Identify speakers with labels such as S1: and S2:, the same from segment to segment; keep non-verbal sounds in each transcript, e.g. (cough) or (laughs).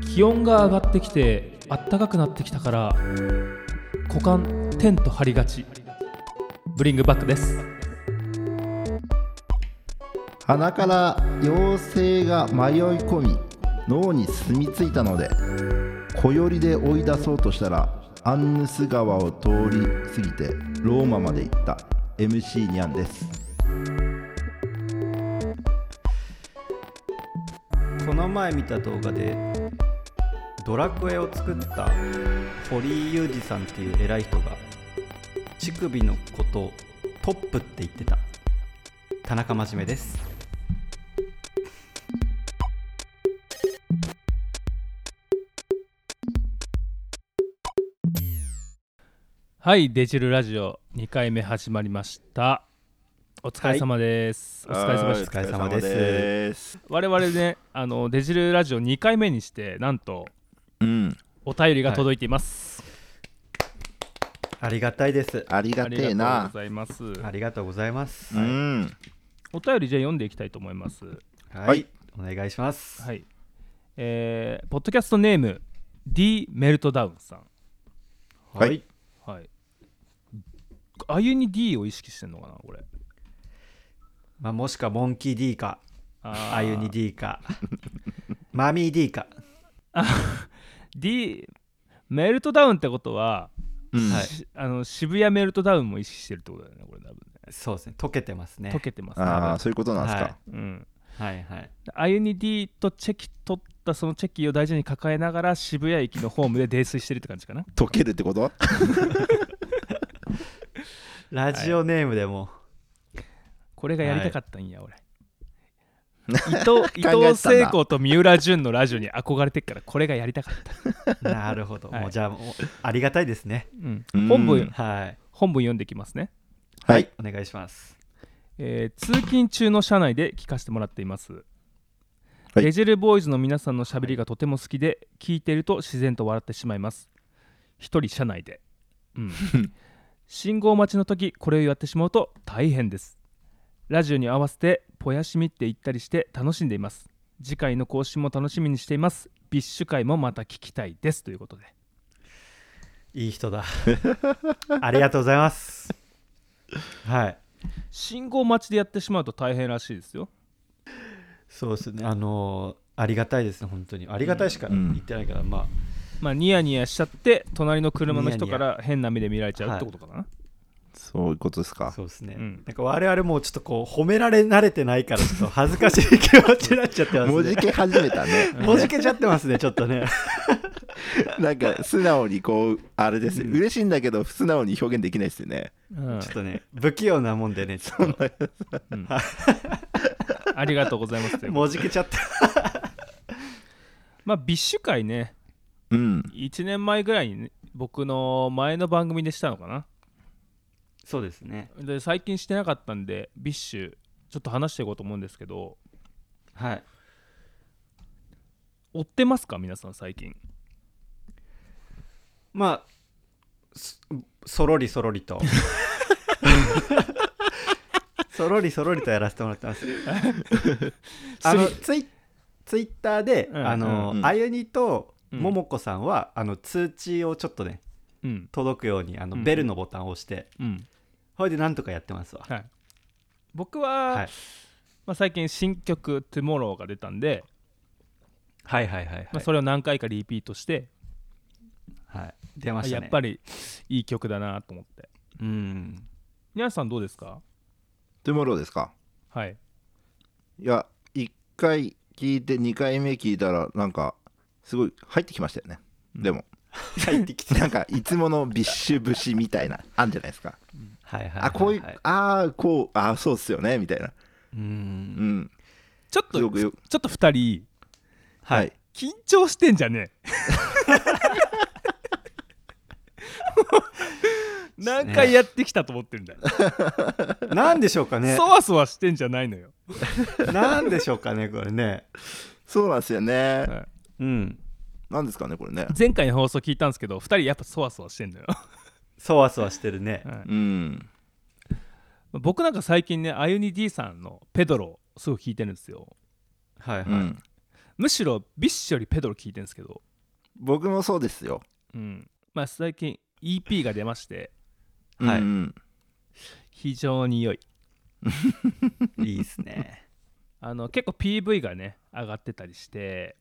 S1: 気温が上がってきて暖かくなってきたから股間テント張りがちブリングバックです
S2: 鼻から妖精が迷い込み脳に住み着いたので小寄りで追い出そうとしたらアンヌス川を通り過ぎてローマまで行った MC ニャンです
S3: この前見た動画でドラクエを作った堀井裕二さんっていう偉い人が乳首のことをトップって言ってた田中真面目です
S1: はいデジルラジオ2回目始まりましたお疲れ様です、お疲れ様で
S3: い
S1: し
S3: お
S1: た
S3: 疲れ様です
S2: す
S1: 我々ねあのデジルラジオ2回目にしてなんと
S2: うん
S1: お便りが届いています、
S3: ありがたいです
S2: あり
S1: あ
S2: が
S1: り
S2: てえ
S1: がとう
S2: な
S1: ございます
S3: ありがとうございます
S2: う
S3: はい、
S2: ん
S1: お便りじゃあ読んでいきたいと思います
S2: はい
S3: お願いします、
S1: はいえーポッドキャストネーム D メルトダウンさん
S2: はい
S1: はいあゆに D を意識してんのかなこれ
S3: まあ、もしくはモンキー D か
S1: あ
S3: あゆに D か (laughs) マミー D か
S1: D メルトダウンってことは、
S2: うん
S3: はい
S1: しあの渋谷メルトダウンも意識してるってことだよねこれ多分
S3: そうですね溶けてますね
S1: ね溶けてますね
S2: あ
S1: 多
S2: あそういうことなんですか、
S3: はい
S1: 分うん
S3: はいはい
S1: あゆに D とチェキ取ったそのチェキを大事に抱えながら渋谷駅のホームで泥酔してるって感じかな
S2: 溶けるってこと
S3: ラジオネームでも、
S1: これがやりたかったんや、
S2: (laughs)
S1: 俺伊
S2: てたん
S1: 藤
S2: だ
S1: 伊藤聖子と三浦淳のラジオに憧れてっからこれがやりたかった、
S3: なるほど、
S1: はい
S3: もうじゃあもうありがたいですね
S1: うん
S2: うん
S1: 本文
S3: はい
S1: 本文読んできますね
S2: はい
S3: お願いします
S1: えー通勤中の車内で聞かせてもらっています、
S2: はい
S1: デジェルボーイズの皆さんのしゃべりがとても好きで聞いていると自然と笑ってしまいます一人車内で、うん信号待ちの時これをやってしまうと大変ですラジオに合わせてぽやしみって言ったりして楽しんでいます次回の更新も楽しみにしていますビッシュ会もまた聞きたいですということで
S3: いい人だ (laughs) ありがとうございますはい
S1: 信号待ちでやってしまうと大変らしいですよ
S3: そうですねあのーありがたいですね本当にありがたいしか
S2: うん
S3: 言ってないから、ま
S1: まあニヤニヤしちゃって隣の車の人から変な目で見られちゃうってことかな、
S2: そういうことです
S3: あ
S2: か
S3: そうですね、
S1: うん
S3: なんか我々もうちょっとこう褒められ慣れてないからちょっと恥ずかしい気持ちになっちゃってますね
S2: もじけ始めたね
S3: もじけちゃってますねちょっとね
S2: (laughs) なんか素直にこうあれです、嬉しいんだけど素直に表現できないですよね
S1: うん
S3: ちょっとね不器用なもんでねちょっ
S1: うん (laughs) ありがとうございますとい
S3: と
S1: うこと
S3: もじけちゃって
S1: まあビッシュ会ね
S2: うん
S1: 1年前ぐらいにね、僕の前の番組でしたのかな
S3: そうですね
S1: で最近してなかったんでビッシュちょっと話していこうと思うんですけど
S3: はい
S1: 追ってますか皆さん最近
S3: まあそそろりそろ
S1: (laughs)
S3: りとそろりそろりとやらせてもらっ
S1: (laughs)
S3: てますあのツイツイッターで、
S1: うん
S3: あの、
S2: うんうん
S3: あゆにと
S1: うん
S3: ももこさんは、あの通知をちょっとね
S1: うん
S3: 届くようにあの、
S1: うん
S3: ベルのボタンを押して
S1: うん
S3: ほいでなんとかやってますわ
S1: はい僕は、
S3: はい
S1: まあ、最近新曲「TOMORROW」が出たんで、
S3: はいはいはいはい、
S1: まあ、それを何回かリピートして、
S3: はい、出ました
S1: や
S3: ね
S1: っぱりいい曲だなと思って
S3: うん
S1: 皆さんどうですか
S2: トゥモローですか
S1: はい
S2: いや1回聞いて2回目聞いたらなんかすごい入ってきましたよね、でも
S3: 入ってきて
S2: なんかいつものビッシュ節みたいなあんじゃないですか、
S3: (laughs) はいはいはい、
S2: あこういうああこうああそうっすよねみたいな
S3: う
S2: うんん
S1: ちょっと
S2: よくよく
S1: ちょっと2人
S3: はい、
S1: 緊張してんじゃね
S3: (laughs)
S1: え何回やってきたと思ってるんだよ、
S3: なんでしょうかね
S1: そわそわしてんじゃないのよ、
S3: なんでしょうかねこれね
S2: そうなんですよね、
S1: はい
S3: うん
S2: なんですかねこれね
S1: 前回の放送聞いたんですけど2人やっぱそわそわしてんのよ、
S3: そわそわしてるね、
S1: はい
S2: うん
S1: 僕なんか最近ねあゆに D さんの「ペドロ」すごい聞いてるんですよ
S3: はいはい、
S2: うん
S1: むしろビッシュよりペドロ聞いてるんですけど
S2: 僕もそうですよ、
S1: うんまあ、最近 EP が出まして
S3: はい
S2: うん
S1: 非常に良い
S3: いいっすね。
S1: あの結構 PV がね上がってたりして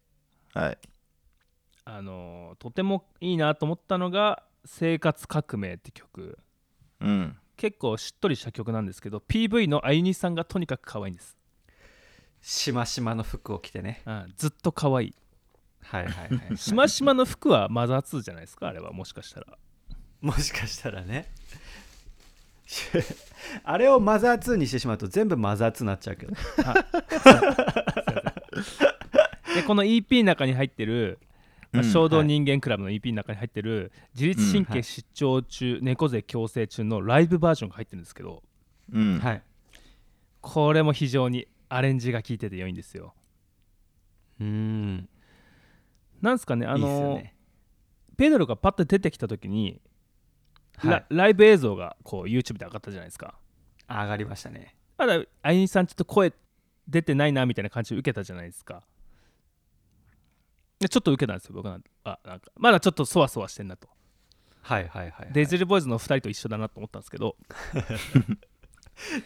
S2: はい
S1: あのとてもいいなと思ったのが「生活革命」って曲
S2: うん
S1: 結構しっとりした曲なんですけど PV のあゆにさんがとにかく可愛いんです、
S3: しましまの服を着てね。
S1: うん、ずっと可愛い
S3: はいはいはい。
S1: しましまの服はマザー2じゃないですかあれはもしかしたら
S3: もしかしたらね。 (laughs) あれをマザー2にしてしまうと全部マザー2になっちゃうけど。
S1: でこの EP の中に入ってる、まあ
S2: うん
S1: 衝動
S3: はい
S1: 人間クラブの EP の中に入ってる自律神
S3: うんは
S1: 経
S3: い
S1: 失調中、猫背矯正中のライブバージョンが入ってるんですけど
S2: うん
S3: はい。
S1: これも非常にアレンジが効いてて良いんですよ
S3: うーん。
S1: なんですかねあ
S3: いいっすよ
S1: の
S3: ね。
S1: ペドロがパッと出てきた時に、
S3: はい
S1: ラライブ映像がこう YouTube で上がったじゃないですか
S3: 上がりましたね。
S1: ただあゆみさんちょっと声出てないなみたいな感じを受けたじゃないですかでちょっと受けたんですよ僕なんてあなんかまだちょっとそわそわしてんなと
S3: はいはいはい、はい。
S1: デジルボーイズの2人と一緒だなと思ったんですけど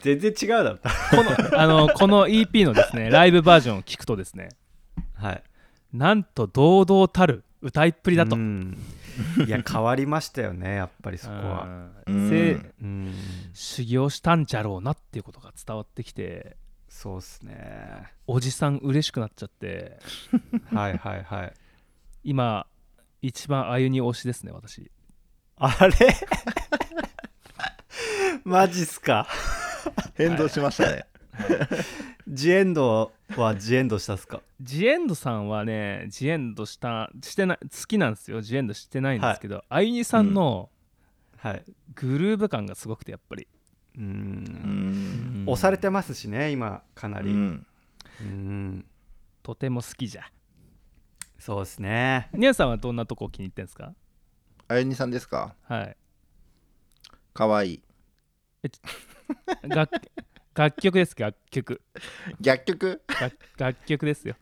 S3: 全然違うだろ。
S1: この (laughs) あのこの EP のですねライブバージョンを聞くとですね
S3: はい。
S1: なんと堂々たる歌いっぷりだと
S3: う。んいや、変わりましたよね、やっぱりそこは。
S1: うんせ
S3: うん。
S1: 修行したんじゃろうなっていうことが伝わってきて
S3: そうっすね。
S1: おじさん嬉しくなっちゃって
S3: はいはいはい。
S1: 今一番あゆに推しですね私
S3: あれ (laughs) マジっすか。
S2: 変動しましたね、
S3: ジエンドはジエンドしたっすか。
S1: ジエンドさんはねジエンドしたしてない好きなんですよジエンドしてないんですけど、あゆにさんの
S3: はい。
S1: グルーヴ感がすごくてやっぱり、
S2: う
S3: う。
S2: ん
S1: う
S2: ん
S1: ん
S3: 押されてますしね、今、かな
S2: う
S3: り。うん
S2: ん
S1: とても好きじゃ
S3: そうっすね。
S1: ニャンさんはどんなとこ気に入ってんですか
S2: あゆにさんですか
S1: はい
S2: かわいい
S1: 楽 (laughs) 楽曲です楽曲
S2: 楽曲
S1: 楽楽曲ですよ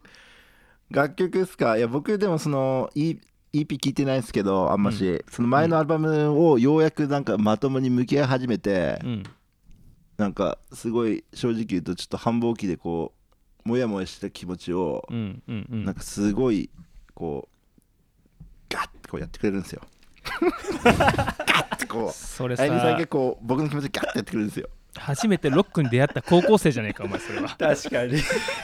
S2: 楽曲ですかいや僕でもその E- EP 聞いてないんですけどあんまし、その前のアルバムをようやくなんかまともに向き合い始めて、
S1: うん
S2: なんかすごい正直言うとちょっと繁忙期でこうモヤモヤした気持ちを、
S1: うんうんうん
S2: なんかすごいこうガッてこうやってくれるんですよガッてこう
S1: それ
S2: あゆみさん
S1: さ
S2: がこう僕の気持ちガッてやってくれるんですよ
S1: 初めてロックに出会った高校生じゃないかお前それは
S3: 確かに。
S2: い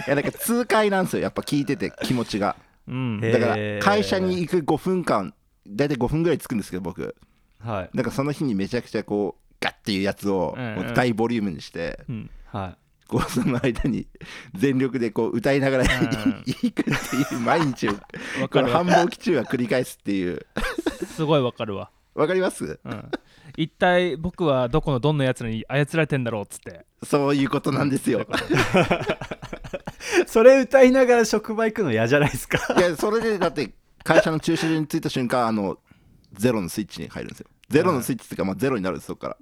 S2: やなんか痛快なんですよやっぱ聞いてて気持ちが
S1: うん
S3: え
S2: だから
S3: へー
S2: 会社に行く5分間大体5分ぐらいつくんですけど僕
S3: (laughs) はい。
S2: なんかその日にめちゃくちゃこうガッていうやつを
S1: うんうん
S2: もう大ボリュームにして、
S1: うん
S3: はい。
S2: こうその間に全力でこう歌いながら
S1: ん
S2: 行くっていう毎日を
S1: わ
S2: こ
S1: か
S2: の
S1: るわ
S2: 繁忙期中は繰り返すっていう
S1: すごいわかるわ
S2: わかります
S1: うん一体僕はどこのどんなやつらに操られてんだろうっつって
S2: そういうことなんですよ
S3: それ歌いながら職場行くの嫌じゃないですか。
S2: いやそれでだって会社の駐車場に着いた瞬間あのゼロのスイッチに入るんですよゼロのスイッチっていうか、まあ、ゼロになるんですそこから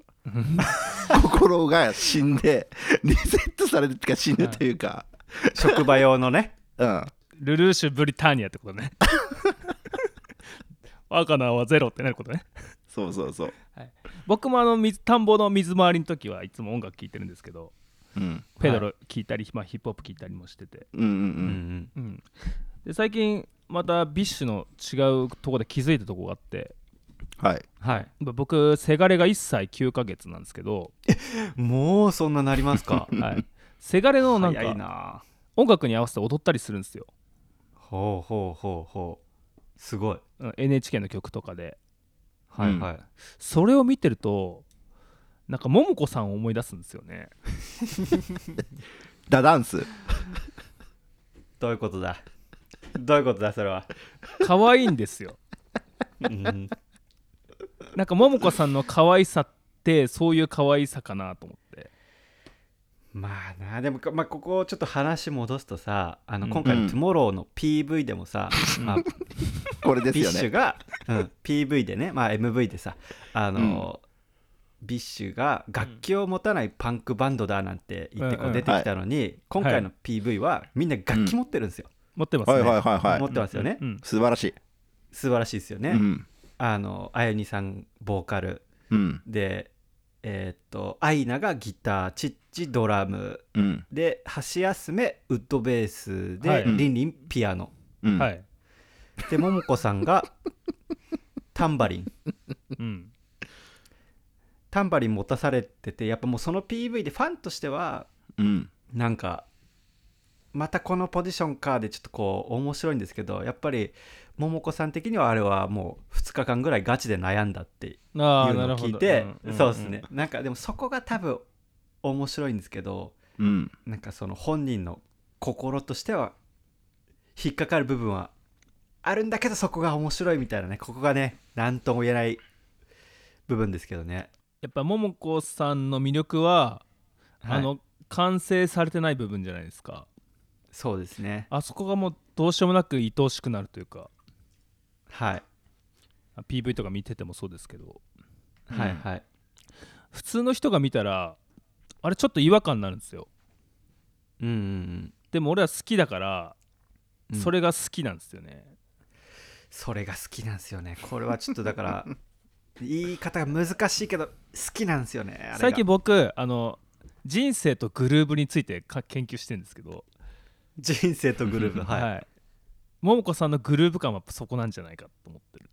S2: 心が死んでリセットされるっていうか死ぬというか
S3: (laughs) 職場用のね。
S2: うん
S1: ルルーシュ・ブリターニアってこと (laughs) ね若菜はゼロってなることね
S2: そうそうそう
S1: 僕もあの水田んぼの水回りの時はいつも音楽聴いてるんですけど
S2: うん
S1: ペドロ聴いたり、まあ、ヒップホップ聴いたりもしてて、
S2: うんうんう
S3: うんん
S1: うんで最近またビッシュの違うとこで気づいたとこがあって
S2: はい
S3: はい。
S1: ま僕せがれが1歳9ヶ月なんですけ (laughs) ど、
S3: もうそんななりますか。
S1: はい、せがれのなん
S3: 早い
S1: か
S3: (laughs) な。
S1: 音楽に合わせて踊ったりするんですよ、
S3: ほうほうほうほう。すごい。
S1: うん NHK の曲とかで
S3: はいはい。
S1: それを見てるとなんか桃子さんを思い出すんですよね
S2: ダダンス
S3: どういうことだどういうことだそれは。
S1: 可愛いんですよ (laughs)
S3: うん
S1: なんか桃子さんの可愛さってそういう可愛さかなと思って
S3: まあなでも、まあ、ここちょっと話戻すとさあの
S1: うん
S3: 今回
S2: うん
S3: の「トゥモローの PV でもさ、まあ
S2: これ (laughs) です
S3: ビッ
S2: よ
S3: シュ
S2: ね
S3: が、うん、PV でね、まあ、MV でさあの、ビッシュが楽器を持たないパンクバンドだなんて言ってこ
S1: うん
S3: う出てきたのに、今回の PV はみんな楽器持ってるんですよ、
S1: 持ってますね、
S2: はいはいはいは
S3: 持っ
S2: い
S3: てますよね、
S1: うん
S2: 素晴らしい
S3: 素晴らしいですよね、
S2: うん
S3: あのあゆにさんボーカル
S2: うん
S3: でえーっとアイナがギターチッチドラム
S2: うん
S3: で橋休めウッドベースで、
S1: はい
S3: リンリンピアノ
S2: うん
S1: はい、
S3: でももこさん
S1: (laughs)
S3: がタンバリン
S1: うん、
S3: タンバリン持たされててやっぱもうその PV でファンとしては
S2: うん
S3: なんかまたこのポジションかでちょっとこう面白いんですけどやっぱりももこさん的にはあれはもう2日間ぐらいガチで悩んだっていう
S1: ああな
S3: の
S1: る
S3: を
S1: ほ
S3: 聞い
S1: ど
S3: て
S1: んんん
S3: そうですねなんかでもそこが多分面白いんですけど
S2: うん
S3: なんかその本人の心としては引っかかる部分はあるんだけどそこが面白いみたいなねここがね何とも言えない部分ですけどね
S1: やっぱももこさんの魅力は、
S3: はい
S1: あの完成されてない部分じゃないですか
S3: そうですね
S1: あそこがもうどうしようもなく愛おしくなるというか
S3: はい
S1: あ PV とか見ててもそうですけど
S2: うん
S3: はいはい
S1: 普通の人が見たらあれちょっと違和感になるんですよ
S3: うんうん
S1: でも俺は好きだから、
S3: うん
S1: それが好きなんですよね
S3: それが好きなんですよねこれはちょっとだから
S1: (laughs)
S3: 言い方が難しいけど好きなんですよねあれが
S1: 最近僕あの人生とグルーブについてか研究してるんですけど
S3: 人生とグループはい、
S1: はい桃子さんのグルーブ感はそこなんじゃないかと思ってる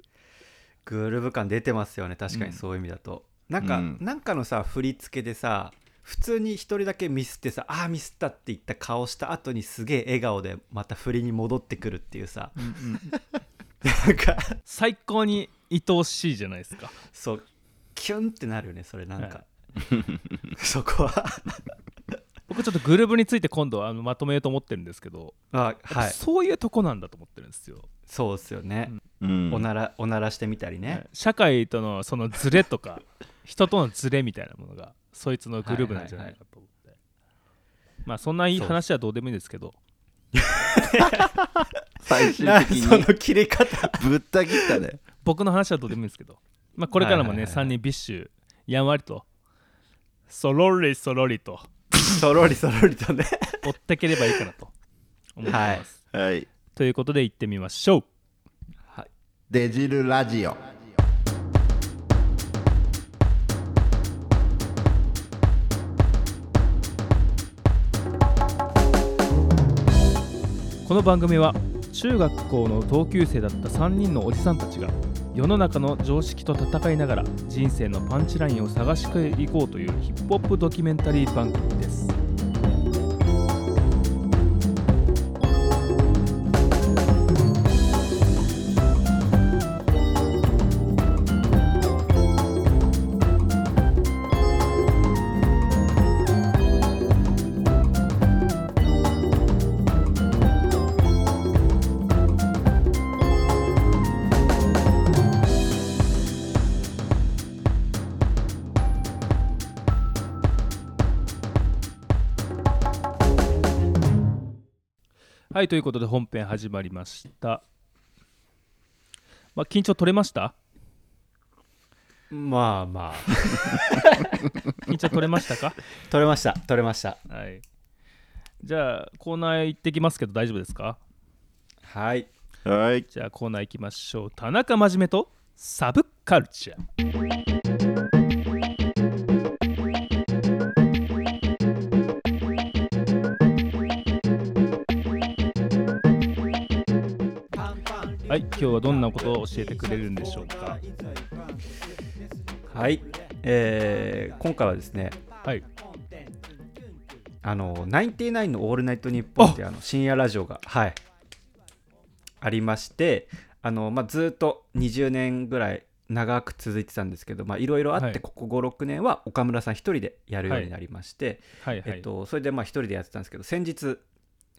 S3: グループ感出てますよね確かにそういう意味だと、なんか、
S2: うん
S3: なんかのさ振り付けでさ普通に一人だけミスってさああミスったって言った顔した後にすげえ笑顔でまた振りに戻ってくるっていうさなんか
S1: 最高に愛おしいじゃないですか
S3: (laughs) そうキュンってなるよねそれなんか、
S1: は
S3: (laughs) そこは
S1: 僕ちょっとグルーブについて今度あのまとめようと思ってるんですけど、
S3: あはい
S1: そういうとこなんだと思ってるんですよ、
S3: そうっすよね、
S2: うん
S3: おならおならしてみたりね、
S1: はい社会とのそのズレとか (laughs) 人とのズレみたいなものがそいつのグルーブなんじゃないかと思って、まあそんないい話はどうでもいいんですけど
S2: 最終
S3: な
S2: 的
S3: (laughs) その
S2: に
S3: 切り方
S2: (laughs) ぶった切ったね
S1: 僕の話はどうでもいいんですけど、まあ、これからも
S3: はいはい
S1: ね
S3: はいは
S1: 3
S3: い
S1: 人ビッシュやんわりとそろりそろりと
S3: そろりそろりとね
S1: 追ってければいいかなと思ってます、
S2: はい
S1: ということで行ってみましょう
S2: デジルラジオ
S1: この番組は中学校の同級生だった3人のおじさんたちが世の中の常識と戦いながら人生のパンチラインを探していこうというヒップホップドキュメンタリー番組ですはいということで本編始まりましたまあ緊張取れました
S3: まあまあ
S1: 緊張取れましたか
S3: 取れました取れました
S1: はいじゃあコーナー行ってきますけど大丈夫ですか
S3: はい
S2: はい
S1: じゃあコーナー行きましょう田中真面目とサブカルチャーはい今日はどんなことを教えてくれるんでしょうか
S3: はいえー今回はですね
S1: はい
S3: あのナインティナインの「オールナイトニッポン」っていうあの深夜ラジオがはいありましてあの、まあ、ずっと20年ぐらい長く続いてたんですけどまあいろいろあって、
S1: はい
S3: ここ56年は岡村さん一人でやるようになりまして、
S1: はいはい、
S3: えっと、それでまあ一人でやってたんですけど先日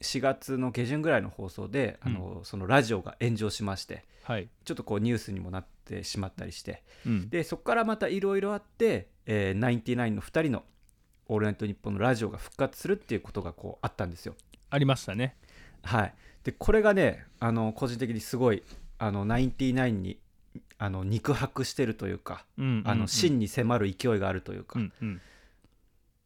S3: 4月の下旬ぐらいの放送で、あのそのラジオが炎上しまして
S1: はい、
S3: ちょっとこうニュースにもなってしまったりして
S1: うん、
S3: でそこからまたいろいろあって、えーナインティナインの2人の「オールナイトニッポン」のラジオが復活するっていうことがこうあったんですよ。
S1: ありましたね
S3: はい、でこれがねあの個人的にすごいあのナインティナインにあの肉薄してるというか
S1: うんうんうん
S3: あの真に迫る勢いがあるというか、
S1: うんうん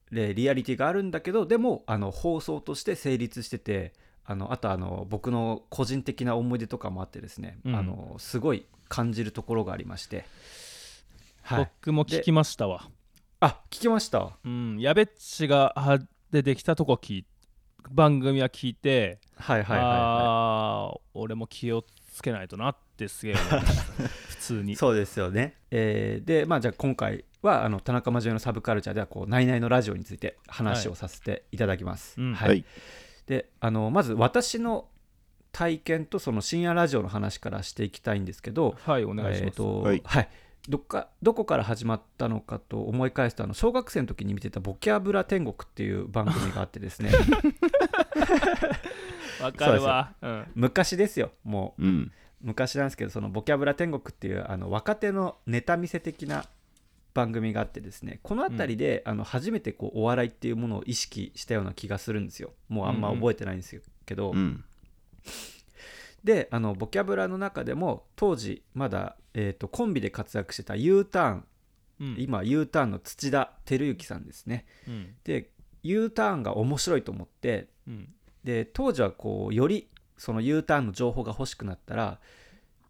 S3: でリアリティがあるんだけどでもあの放送として成立しててあのあとあの僕の個人的な思い出とかもあってですね、
S1: うん
S3: あのすごい感じるところがありまして、はい、
S1: 僕も聞きましたわ。
S3: あ聞きました
S1: うん、やべっちがは出てきたとこ聞い番組は聞いて、
S3: はいはいはい、は
S1: あー俺も気をつけないとなってすげえ思いま
S3: (laughs)
S1: した。普通
S3: い、
S1: に。
S3: そうですよね、えーでまあじゃあ今回はあの田中真面目のサブカルチャーではこう「ナイナイのラジオ」について話をさせていただきます、
S1: うん
S2: はい
S3: であのまず私の体験とその深夜ラジオの話からしていきたいんですけど、
S1: はい、お願いし
S3: え
S1: ま
S3: ー
S1: す。
S3: と
S2: は
S3: はいいどっかどこから始まったのかと思い返すとあの小学生の時に見てた「ボキャブラ天国」っていう番組があって
S2: (laughs)
S3: ですね
S1: わかるわ。うん
S3: 昔ですよもう
S2: うん
S3: 昔なんですけどその「ボキャブラ天国」っていうあの若手のネタ見せ的な番組があってですねこの辺りで、あの初めてこうお笑いっていうものを意識したような気がするんですよもうあんま覚えてないんですけど、
S2: うん
S3: であのボキャブラの中でも当時まだ、えー、とコンビで活躍してた U ターン、
S1: うん
S3: 今 U ターンの土田照之さんですね
S1: うん
S3: で U ターンが面白いと思って
S1: うん
S3: で当時はこうよりその U ターンの情報が欲しくなったら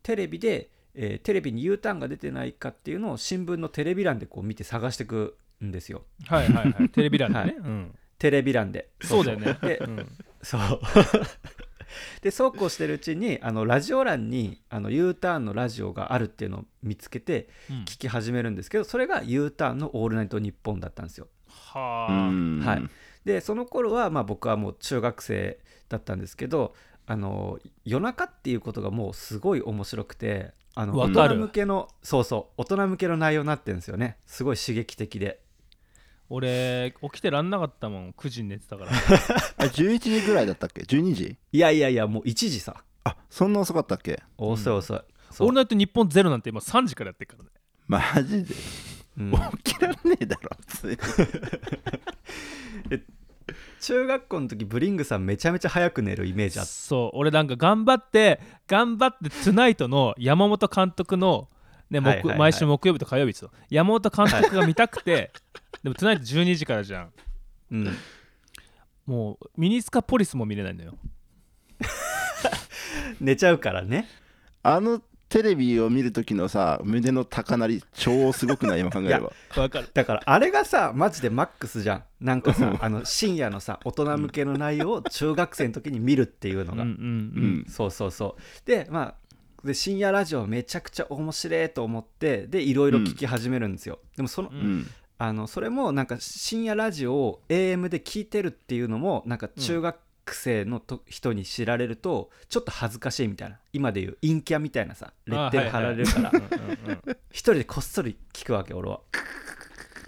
S3: テレビで、えーテレビに U ターンが出てないかっていうのを新聞のテレビ欄でこう見て探していくんですよ
S1: はいはい
S3: (laughs)
S1: はい。テレビ欄でね。
S3: はい
S1: うん
S3: テレビ欄で
S1: そうだよね。
S3: で
S1: うん
S3: そう (laughs) でそうこうしてるうちにあのラジオ欄にあの U ターンのラジオがあるっていうのを見つけて
S1: うん
S3: 聞き始めるんですけどそれが U ターンの「オールナイトニッポン」だったんですよ
S1: は
S2: う
S1: あ。
S2: ん
S3: はいでその頃はまあ僕はもう中学生だったんですけどあの夜中っていうことがもうすごい面白くてあの
S1: わ
S3: 大
S1: かる
S3: 人向けのそうそう大人向けの内容になってるんですよねすごい刺激的で
S1: 俺起きてらんなかったもん9時に寝てたから
S2: あ11時ぐらいだったっけ12時
S3: いやいやいやもう1時さ
S2: あそんな遅かったっけ
S3: 遅い遅い、
S1: 「
S3: (laughs) そ
S1: オ
S3: う
S1: ールナイト日本ゼロなんて今3時からやってるからね
S2: マジで
S3: うん
S2: 起きらんねえだろ普通
S3: 中学校の時ブリングさんめちゃめちゃ早く寝るイメージあっ
S1: そう俺なんか頑張って頑張って「トゥナイトの山本監督の、ね木
S3: はいはいはい
S1: 毎週木曜日と火曜日ですよ山本監督が見たく
S3: (laughs)
S1: てでも「トゥナイト12時からじゃん
S3: うん、
S1: もうミニスカポリスも見れないのよ
S3: 寝ちゃうからね
S2: あのテレビを見る時のさ胸の高鳴り超すごくない今考えれば
S1: わかる
S3: だからあれがさマジでマックスじゃんなんか
S1: (laughs)
S3: さあの深夜のさ大人向けの内容を中学生の時に見るっていうの
S1: うん
S3: が、
S1: うん
S2: う
S1: うん
S2: ん
S3: そうそうそうでまあで深夜ラジオめちゃくちゃ面白いと思ってでいろいろ聞き始めるんですよ、でもその,、
S1: うん
S2: うん
S3: あのそれもなんか深夜ラジオを AM で聞いてるっていうのもなんか中学生のと、人に知られるとちょっと恥ずかしいみたいな今でいう陰キャみたいなさレッテル貼られる (laughs) から、
S1: うんうんうん
S3: 一人でこっそり聞くわけ俺は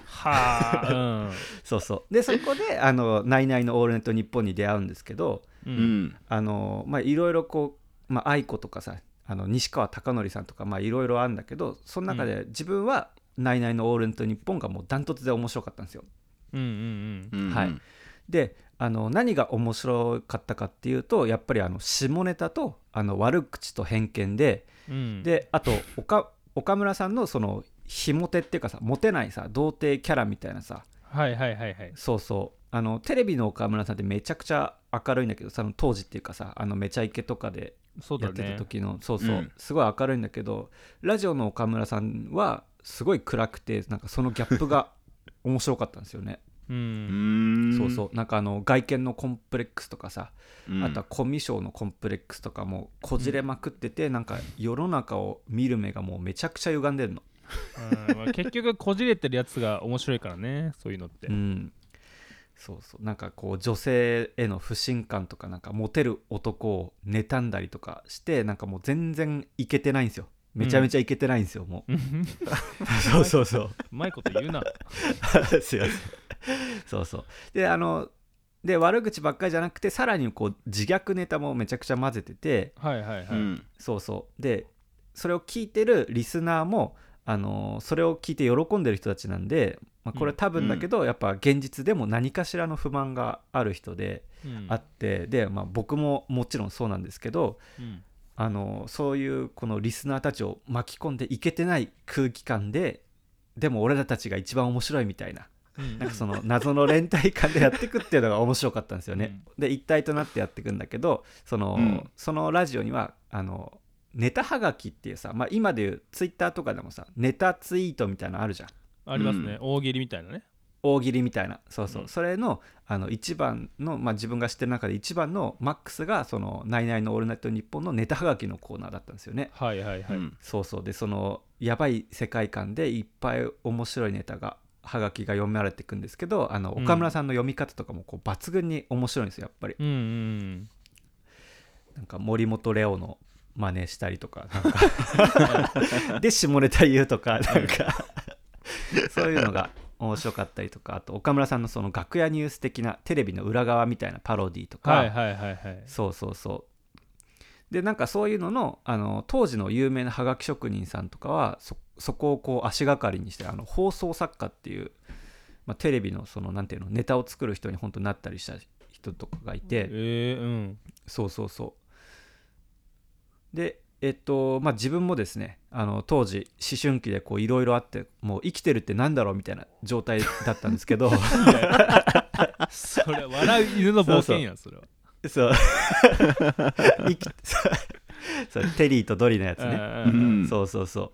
S1: はあ
S3: そうそうでそこで「あのナイナイのオールネット日本に出会うんですけど
S1: うんう
S2: うんん
S3: あのまあいろいろこう、まあ、愛子とかさあの西川貴教さんとかまあいろいろあるんだけどその中で自分は「ナイナイのオールネット日本がもうダントツで面白かったんですよ
S1: うんうん
S2: うん
S3: はいであの何が面白かったかっていうとやっぱりあの下ネタとあの悪口と偏見で
S1: うん
S3: であと岡岡村さんのそのひもてっていうかさモテないさ童貞キャラみたいなさ
S1: はいはいはいはい
S3: そうそうあのテレビの岡村さんってめちゃくちゃ明るいんだけどその当時っていうかさあのめちゃイケとかで
S1: そう
S3: や
S1: だ
S3: ってた
S1: ね
S3: 時のそう,、
S2: う
S3: そうんすごい明るいんだけどラジオの岡村さんはすごい暗くてなんかそのギャップが面白かったんですよね、
S1: う
S2: うんん
S3: そうそうなんかあの外見のコンプレックスとかさ、
S2: うん
S3: あとはコミュ障のコンプレックスとかもこじれまくってて、なんか世の中を見る目がもうめちゃくちゃ歪んでるの
S1: うんまあ結局こじれてるやつが面白いからねそういうの (laughs) って、
S3: うん、そうそうなんかこう女性への不信感とかなんかモテる男を妬んだりとかしてなんかもう全然いけてないんですよめちゃめちゃいけてないんですよ、もう (laughs) そうそうそう
S1: うまいこと言うな
S3: (laughs) すいませんそうそうであので悪口ばっかりじゃなくてさらにこう自虐ネタもめちゃくちゃ混ぜてて
S1: はいはいはい、
S2: うん
S3: そうそうでそれを聞いてるリスナーもあのーそれを聞いて喜んでる人たちなんで、まあ、これは多分だけど、やっぱ現実でも何かしらの不満がある人で
S1: うん
S3: あって、で、まあ、僕ももちろんそうなんですけど
S1: うん
S3: あのーそういうこのリスナーたちを巻き込んでいけてない空気感ででも俺らたちが一番面白いみたいな
S1: うん
S3: なんかその謎の連帯感でやってくっていうのが面白かったんですよね。で一体となってやってくんだけどその,、
S2: うん
S3: そのラジオにはあのネタはがきっていうさ、まあ、今でいうツイッターとかでもさネタツイートみたいなのあるじゃん
S1: ありますね、
S2: うん
S1: 大喜利みたいなね
S3: 大喜利みたいなそうそう、
S1: うん
S3: それのあの一番の、まあ、自分が知ってる中で一番のマックスが「そのナイナイのオールナイトニッポン」のネタはがきのコーナーだったんですよね。
S1: はいはいはい、
S2: うん
S3: そうそうでそのやばい世界観でいっぱい面白いネタがはがきが読められていくんですけどあの
S1: うん
S3: 岡村さんの読み方とかもこう抜群に面白いんですよやっぱり
S1: うんうん
S3: なんか森本レオの真似したりとかなん
S1: (laughs)
S3: かで下ネタ言うとかなんかそういうのが面白かったりとかあと岡村さんのその楽屋ニュース的なテレビの裏側みたいなパロディとか、
S1: はいはいはいはい
S3: そうそうそうでなんかそういうののあの当時の有名なはがき職人さんとかはそそこをこう足がかりにしてあの放送作家っていう、まあ、テレビのそのなんていうのネタを作る人に本当になったりした人とかがいて、
S1: えー、うん
S3: そうそうそうでえっとまあ自分もですねあの当時思春期でこういろいろあってもう生きてるってなんだろうみたいな状態だったんですけ
S1: (laughs)
S3: ど
S1: それ笑う犬の冒険やんそれは
S3: そう (laughs) 生き (laughs) そうそうテリーとドリのやつね
S1: う
S2: うんん
S3: そうそうそう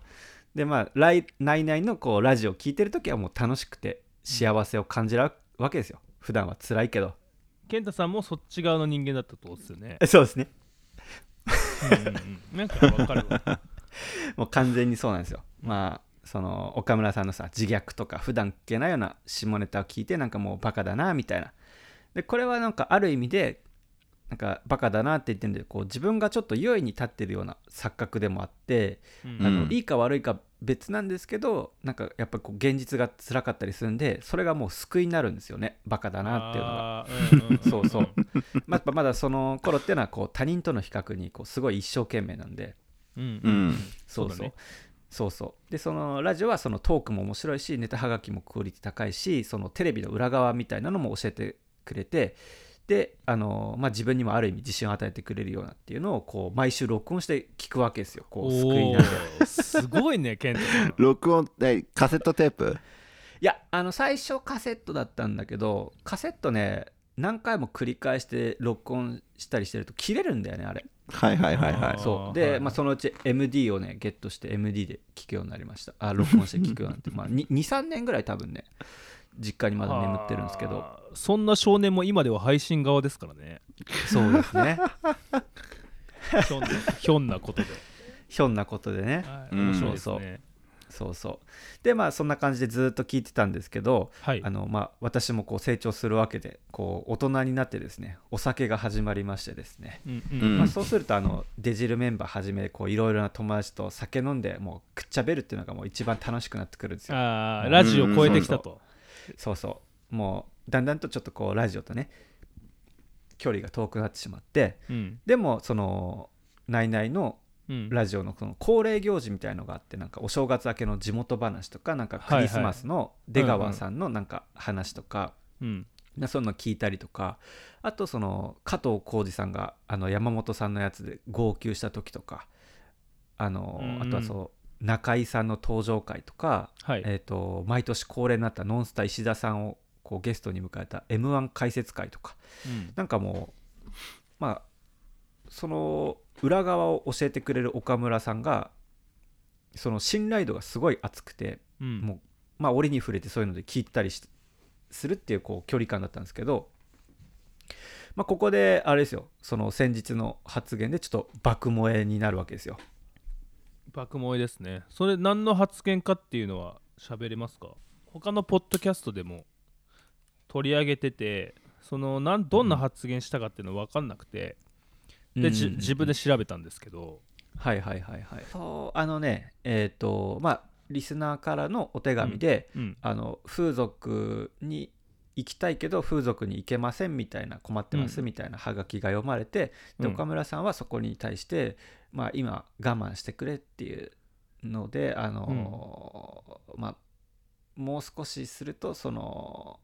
S3: でまあ「ライナイナイ」のこうラジオを聴いてる時はもう楽しくて幸せを感じるわけですよ普段は辛いけど (laughs)
S1: 健太さんもそっち側の人間だったってことですよね
S3: そうですね
S1: うんうんうんなんかわかるわ
S3: もう完全にそうなんですよまあその岡村さんのさ自虐とか普段聞けないような下ネタを聞いてなんかもうバカだなみたいなでこれはなんかある意味でなんかバカだなって言ってるんでこう自分がちょっと優位に立ってるような錯覚でもあって、
S1: う
S3: あ
S1: ん
S3: のいいか悪いか別なんですけどなんかやっぱこう現実が辛かったりするんでそれがもう救いになるんですよねバカだなっていうのが。
S1: あーうんうんん
S3: (laughs) そうそうまあやっぱまだその頃っていうのはこう他人との比較にこうすごい一生懸命なんで
S1: うん
S2: う
S1: うん
S2: ん
S3: そうそう
S1: そうだね
S3: そうそうでそのラジオはそのトークも面白いしネタはがきもクオリティ高いしそのテレビの裏側みたいなのも教えてくれてであの、まあ、自分にもある意味自信を与えてくれるようなっていうのをこう毎週録音して聞くわけですよこう救いに
S1: お
S3: なる
S1: ーすごいね健太さん
S2: 録音えカセットテープ
S3: いやあの最初カセットだったんだけどカセットね何回も繰り返して録音したりしてると切れるんだよねあれ
S2: はいはいはいは
S1: あー
S2: い
S3: そう
S1: はい
S3: で、
S1: はい
S3: まあ、そのうち MD をねゲットして MD で聞くようになりましたあ録音して聞くようになってまあ23年ぐらい多分ね実家にまだ眠ってるんですけど
S1: あーそんな少年も今では配信側ですからね
S3: そうで
S1: (laughs)
S3: すね
S1: ひょんなひょんなことで、
S3: ひょんなことでね
S1: は
S2: うん
S1: 面白いですね
S3: そうそうでまあそんな感じでずっと聞いてたんですけど
S1: はい
S3: あのまあ私もこう成長するわけでこう大人になってですねお酒が始まりましてですね
S1: うん
S2: うん
S3: まあ、そうするとあのデジルメンバーはじめこういろいろな友達と酒飲んでもうくっちゃべるっていうのがもう一番楽しくなってくるんですよ。
S1: あーラジオ超えてきたと、
S3: そうそうもうだんだんとちょっとこうラジオとね距離が遠くなってしまって
S1: うん
S3: でもその「ナイナイ」の
S1: うん
S3: ラジオのその恒例行事みたいのがあってなんかお正月明けの地元話とかなんかクリスマスの出川さんのなんか話とか、
S1: うん
S3: なそういうの聞いたりとかあとその加藤浩次さんがあの山本さんのやつで号泣した時とかあの、
S1: うんうん
S3: あとはそう中井さんの登場会とか、
S1: はい、
S3: えー、と毎年恒例になった「ノンスタ」石田さんをこうゲストに迎えた m 1解説会とか
S1: うん
S3: なんかもうまあその裏側を教えてくれる岡村さんがその信頼度がすごい厚くて、
S1: うん
S3: もうまあ折に触れてそういうので聞いたりしするっていうこう距離感だったんですけど、まあ、ここであれですよその先日の発言でちょっと爆萌えになるわけですよ
S1: 爆萌えですねそれ何の発言かっていうのは喋れますか他のポッドキャストでも取り上げててそのなんどんな発言したかっていうの分かんなくて、で、じ自分で調べたんですけど、
S3: はいはいはいはいそうあのねえっ、とまあリスナーからのお手紙で、
S1: うん、
S3: あの風俗に行きたいけど風俗に行けませんみたいな困ってます
S1: うん
S3: みたいなハガキが読まれて、で
S1: うん
S3: 岡村さんはそこに対して、まあ、今我慢してくれっていうのであのー、まあもう少しするとその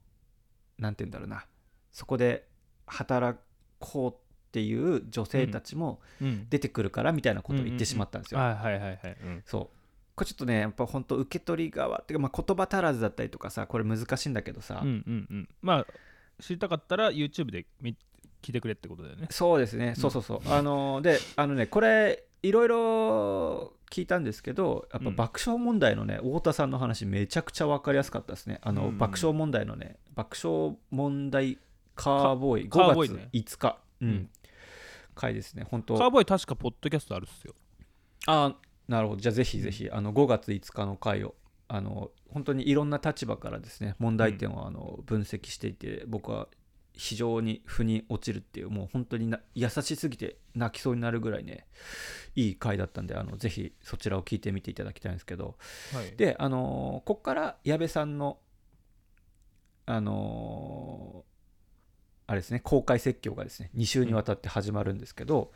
S3: なんて言うんだろうなそこで働こうっていう女性たちも
S1: うん
S3: 出てくるからみたいなことを言ってしまったんですよ。
S1: はいはいはいはい、うん
S3: そうこれちょっとねやっぱ本当受け取り側っていうか、まあ、言葉足らずだったりとかさこれ難しいんだけどさ、
S1: うんうんうんまあ知りたかったら YouTube で見聞いてくれってことだよね
S3: そうですね、そうそうそうあのであのねこれいろいろ聞いたんですけどやっぱ
S1: うん
S3: 爆笑問題のね、太田さんの話めちゃくちゃ分かりやすかったですねあの、
S1: うん
S3: 爆笑問題のね爆笑問題カーボーイ
S1: カカーボー
S3: 5
S1: イ
S3: 月
S1: ね
S3: 5日、うん
S1: うん
S3: 回ですね本
S1: カー
S3: 当
S1: ボーイ確かポッドキャストあるっすよ
S3: あなるほどじゃあぜひぜひあの5月5日の回をあの本当にいろんな立場からですね問題点をあの分析していて、僕は非常に腑に落ちるっていうもう本当にな優しすぎて泣きそうになるぐらいねいい回だったんであのぜひそちらを聞いてみていただきたいんですけど
S1: はい
S3: であのーこっから矢部さんのあのーあれですね公開説教がですね2週にわたって始まるんですけど、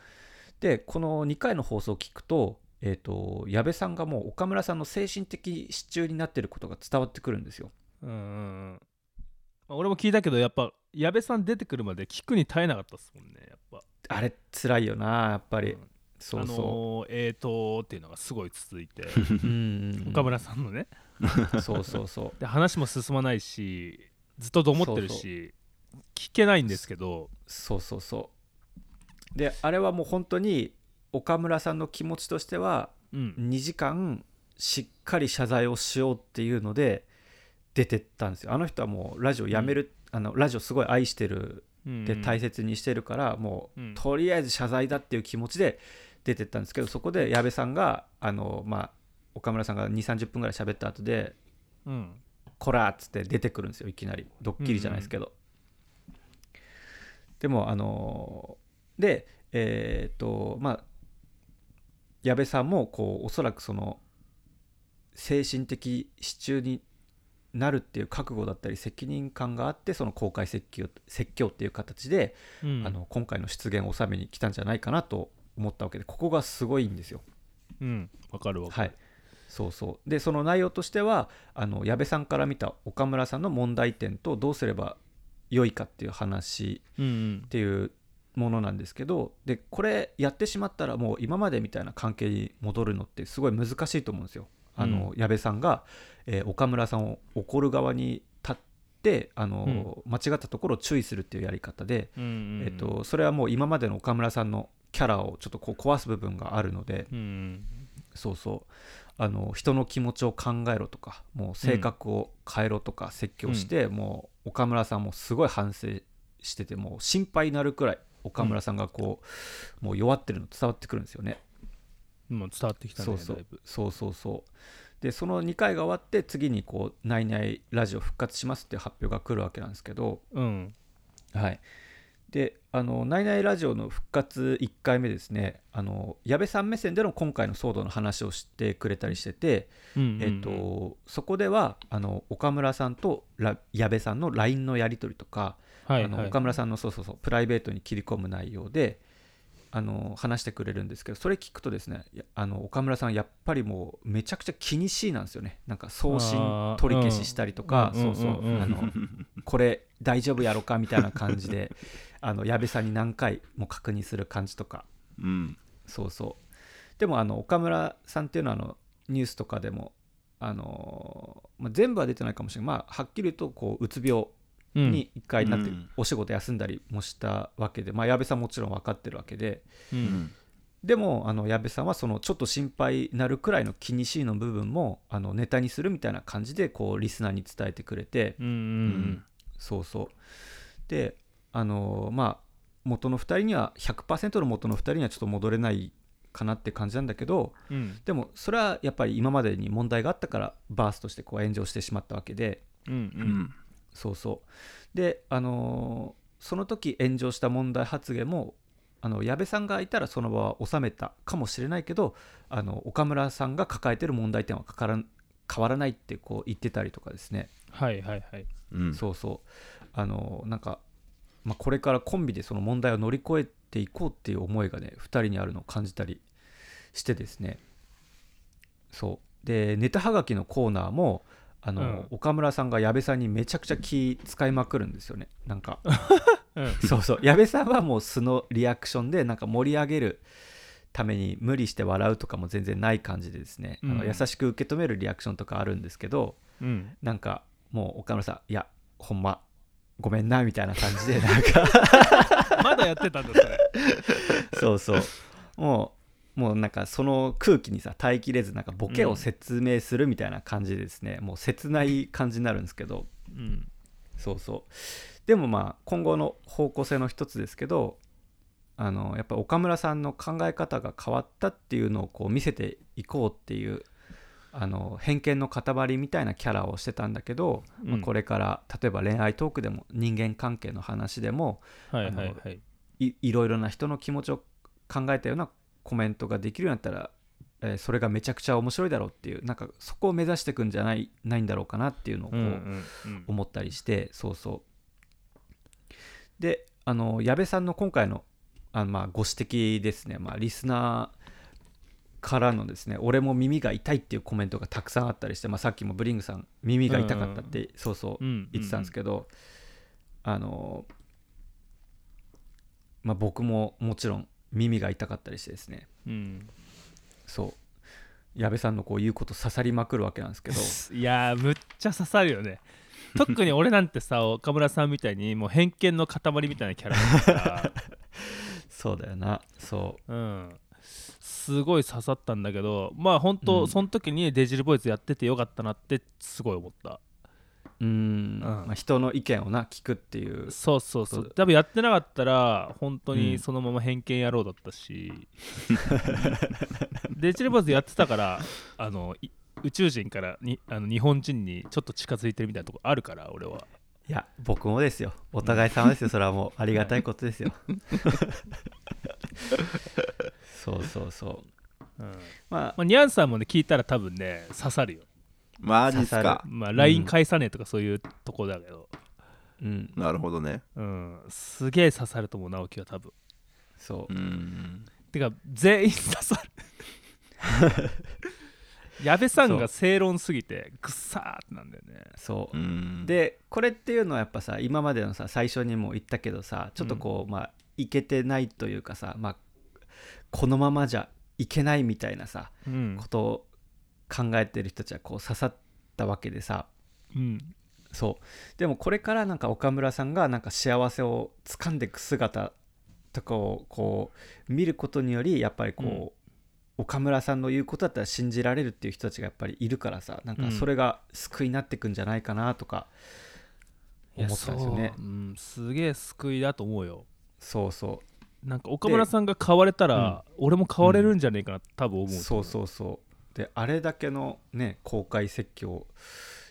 S3: でこの2回の放送を聞くと,、えー、と矢部さんがもう岡村さんの精神的支柱になってることが伝わってくるんですよ。
S1: うんうんうんまあ俺も聞いたけどやっぱ矢部さん出てくるまで聞くに耐えなかったっすもんねやっぱ
S3: あれ辛いよなやっぱり、
S1: うん
S3: そうそ
S1: あのー、えーとーっていうのがすごい続いて
S3: (laughs) う、うんうんうん
S1: 岡村さんのね
S3: そうそうそう
S1: で話も進まないしずっとと思ってる
S3: そうそ
S1: し聞けないんですけど
S3: そうそうそうであれはもう本当に岡村さんの気持ちとしては
S1: うん
S3: 2時間しっかり謝罪をしようっていうので出てったんですよあの人はもうラジオやめる、あのラジオすごい愛してる
S1: うん
S3: で大切にしてるから、もう、
S1: うん
S3: とりあえず謝罪だっていう気持ちで出てったんですけどそこで矢部さんがあの、まあ、岡村さんが2 3 0分ぐらい喋った後で
S1: うん
S3: 「こら!」っつって出てくるんですよいきなりドッキリじゃないですけど、でもあのーでえーっとまあ矢部さんもこうおそらくその精神的支柱になるっていう覚悟だったり責任感があってその公開説教説教っていう形で、
S1: うん
S3: あの今回の出現を収めに来たんじゃないかなと思ったわけでここがすごいんですよ。
S1: うんわかるわかる
S3: はい、そうそうでその内容としてはあの矢部さんから見た岡村さんの問題点とどうすれば良いかっていう話
S1: うん
S3: っていうものなんですけどでこれやってしまったらもう今までみたいな関係に戻るのってすごい難しいと思うんですよ。あの矢部さんが、えー岡村さんを怒る側に立ってあの、間違ったところを注意するっていうやり方で、
S1: うんうん
S3: えっとそれはもう今までの岡村さんのキャラをちょっとこう壊す部分があるので、
S1: うん
S3: そうそうあの人の気持ちを考えろとかもう性格を変えろとか説教して、もう岡村さんもすごい反省しててもう心配になるくらい岡村さんがこう、もう弱ってるの伝わってくるんですよね。
S1: もう伝わってきたね
S3: そうそ
S1: だいうぶ
S3: そうそうそうでその2回が終わって次にこう「ナイナイラジオ復活します」っていう発表が来るわけなんですけど、
S1: うん
S3: はい、であの「ナイナイラジオ」の復活1回目ですねあの矢部さん目線での今回の騒動の話をしてくれたりしてて、
S1: うん
S3: えっとそこではあの岡村さんとら矢部さんの LINE のやり取りとか、
S1: はい
S3: あの
S1: はい
S3: 岡村さんのそうそうそうプライベートに切り込む内容であの話してくれるんですけどそれ聞くとですねやあの岡村さんやっぱりもうめちゃくちゃ気にしいなんですよねなんか送信
S1: あー
S3: 取り消ししたりとか、
S1: うん
S3: そうそう,、
S1: うんうんうん
S3: あのこれ大丈夫やろかみたいな感
S1: (laughs)
S3: じであの矢部さんに何回も確認する感じとか
S2: うん
S3: そうそうでもあの岡村さんっていうのはあのニュースとかでも、あのーまあ、全部は出てないかもしれない、まあ、はっきり言うとこううつ病
S1: うん
S3: に一回なって
S2: うん
S3: お仕事休んだりもしたわけで、まあ、矢部さんもちろん分かってるわけで
S1: う
S2: うんん
S3: でもあの矢部さんはそのちょっと心配なるくらいの気にしいの部分もあのネタにするみたいな感じでこうリスナーに伝えてくれて、
S1: うんうん
S3: そうそうであのまあ元の2人には100%の元の2人にはちょっと戻れないかなって感じなんだけど
S1: うんうん
S3: でもそれはやっぱり今までに問題があったからバースとしてこう炎上してしまったわけで
S1: うんう
S2: うんん
S3: そうそうであのーその時炎上した問題発言もあの矢部さんがいたらその場は収めたかもしれないけどあの岡村さんが抱えてる問題点はかからん変わらないってこう言ってたりとかですね
S1: はいはいはい
S2: うん
S3: そうそうあのなんか、まあ、これからコンビでその問題を乗り越えていこうっていう思いがね2人にあるのを感じたりしてですねそうでネタはがきのコーナーもあの、
S1: うん
S3: 岡村さんが矢部さんにめちゃくちゃ気使いまくるんですよねな
S1: (laughs)
S3: んか
S1: うん
S3: そうそう矢部さんはもう素のリアクションでなんか盛り上げるために無理して笑うとかも全然ない感じでですね、あ
S1: う
S3: の
S1: ん
S3: 優しく受け止めるリアクションとかあるんですけど
S1: うん、
S3: なんかもう岡村さんいやほんまごめんなみたいな感じ (laughs) でなんか
S1: まだやってたんだそれ
S3: そうそうもうもうなんかその空気にさ耐えきれずなんかボケを説明するみたいな感じでですね、もう切ない感じになるんですけど
S1: うん
S3: そうそうでもまあ今後の方向性の一つですけどあのやっぱ岡村さんの考え方が変わったっていうのをこう見せていこうっていうあの偏見の塊みたいなキャラをしてたんだけど、まあ
S1: うん
S3: これから例えば恋愛トークでも人間関係の話でも
S1: はいはいはい
S3: いいろいろな人の気持ちを考えたようなコメントができるようになったら、えーそれがめちゃくちゃ面白いだろうっていうなんかそこを目指していくんじゃないないんだろうかなっていうのをこう、
S1: うん
S3: 思ったりしてそうそうであの矢部さんの今回のあの、まあ、ご指摘ですね、まあ、リスナーからのですね俺も耳が痛いっていうコメントがたくさんあったりして、まあ、さっきもブリングさん耳が痛かったって、そうそう
S1: うん
S3: 言ってたんですけど、あのまあ僕ももちろん耳が痛かったりしてですね
S1: うん
S3: そう矢部さんのこう言うこと刺さりまくるわけなんですけど
S1: いやーむっちゃ刺さるよね特に俺なんてさ岡村さんみたいにもう偏見の塊みたいなキャラだから
S3: (laughs) そうだよなそう
S1: うん、すごい刺さったんだけどまあ本当、
S3: うん
S1: その時にデジルボイスやっててよかったなってすごい思った
S3: うーん
S1: うん
S3: まあ、人の意見をな聞くっていう
S1: そうそうそ
S3: そう
S1: う多分やってなかったら本当
S3: うん
S1: にそのまま偏見野郎だったし、 (laughs) デジルボイスやってたからあのい宇宙人からにあの日本人にちょっと近づいてるみたいなとこあるから俺はい
S3: や僕もですよお互い様 (laughs) ですよそれはもうありがたいことですよ (laughs) そうそうそう
S1: うん
S3: まあ
S1: まあ、ニャンさんもね聞いたら多分ね刺さるよ、
S2: マジっす
S3: 刺さ
S2: か
S1: まあ、
S3: うん
S1: LINE 返さねえとかそういうとこだけど、
S3: うん
S2: なるほどね
S1: うん、すげえ刺さると思う直樹は多分
S3: そう
S2: う、ん
S1: てか全員刺さる矢部さんが正論すぎてぐっさーってなんだよね
S3: そうう、
S2: ん
S3: でこれっていうのはやっぱさ今までのさ最初にも言ったけどさちょっとこう、まあいけてないというかさまあこのままじゃいけないみたいなさ
S1: うん
S3: ことを考えてる人たちはこう刺さったわけでさ、
S1: うん
S3: そうでもこれからなんか岡村さんがなんか幸せを掴んでいく姿とかをこう見ることによりやっぱりこう、
S1: うん
S3: 岡村さんの言うことだったら信じられるっていう人たちがやっぱりいるからさなんかそれが救いになっていくんじゃないかなとか思ったんですよね、
S1: そううん、すげえ救いだと思うよ
S3: そうそ
S1: なんか岡村さんが買われたら、俺も買われるんじゃねえかなって多分
S3: う
S1: 思う、
S3: そうそうそうであれだけのね公開説教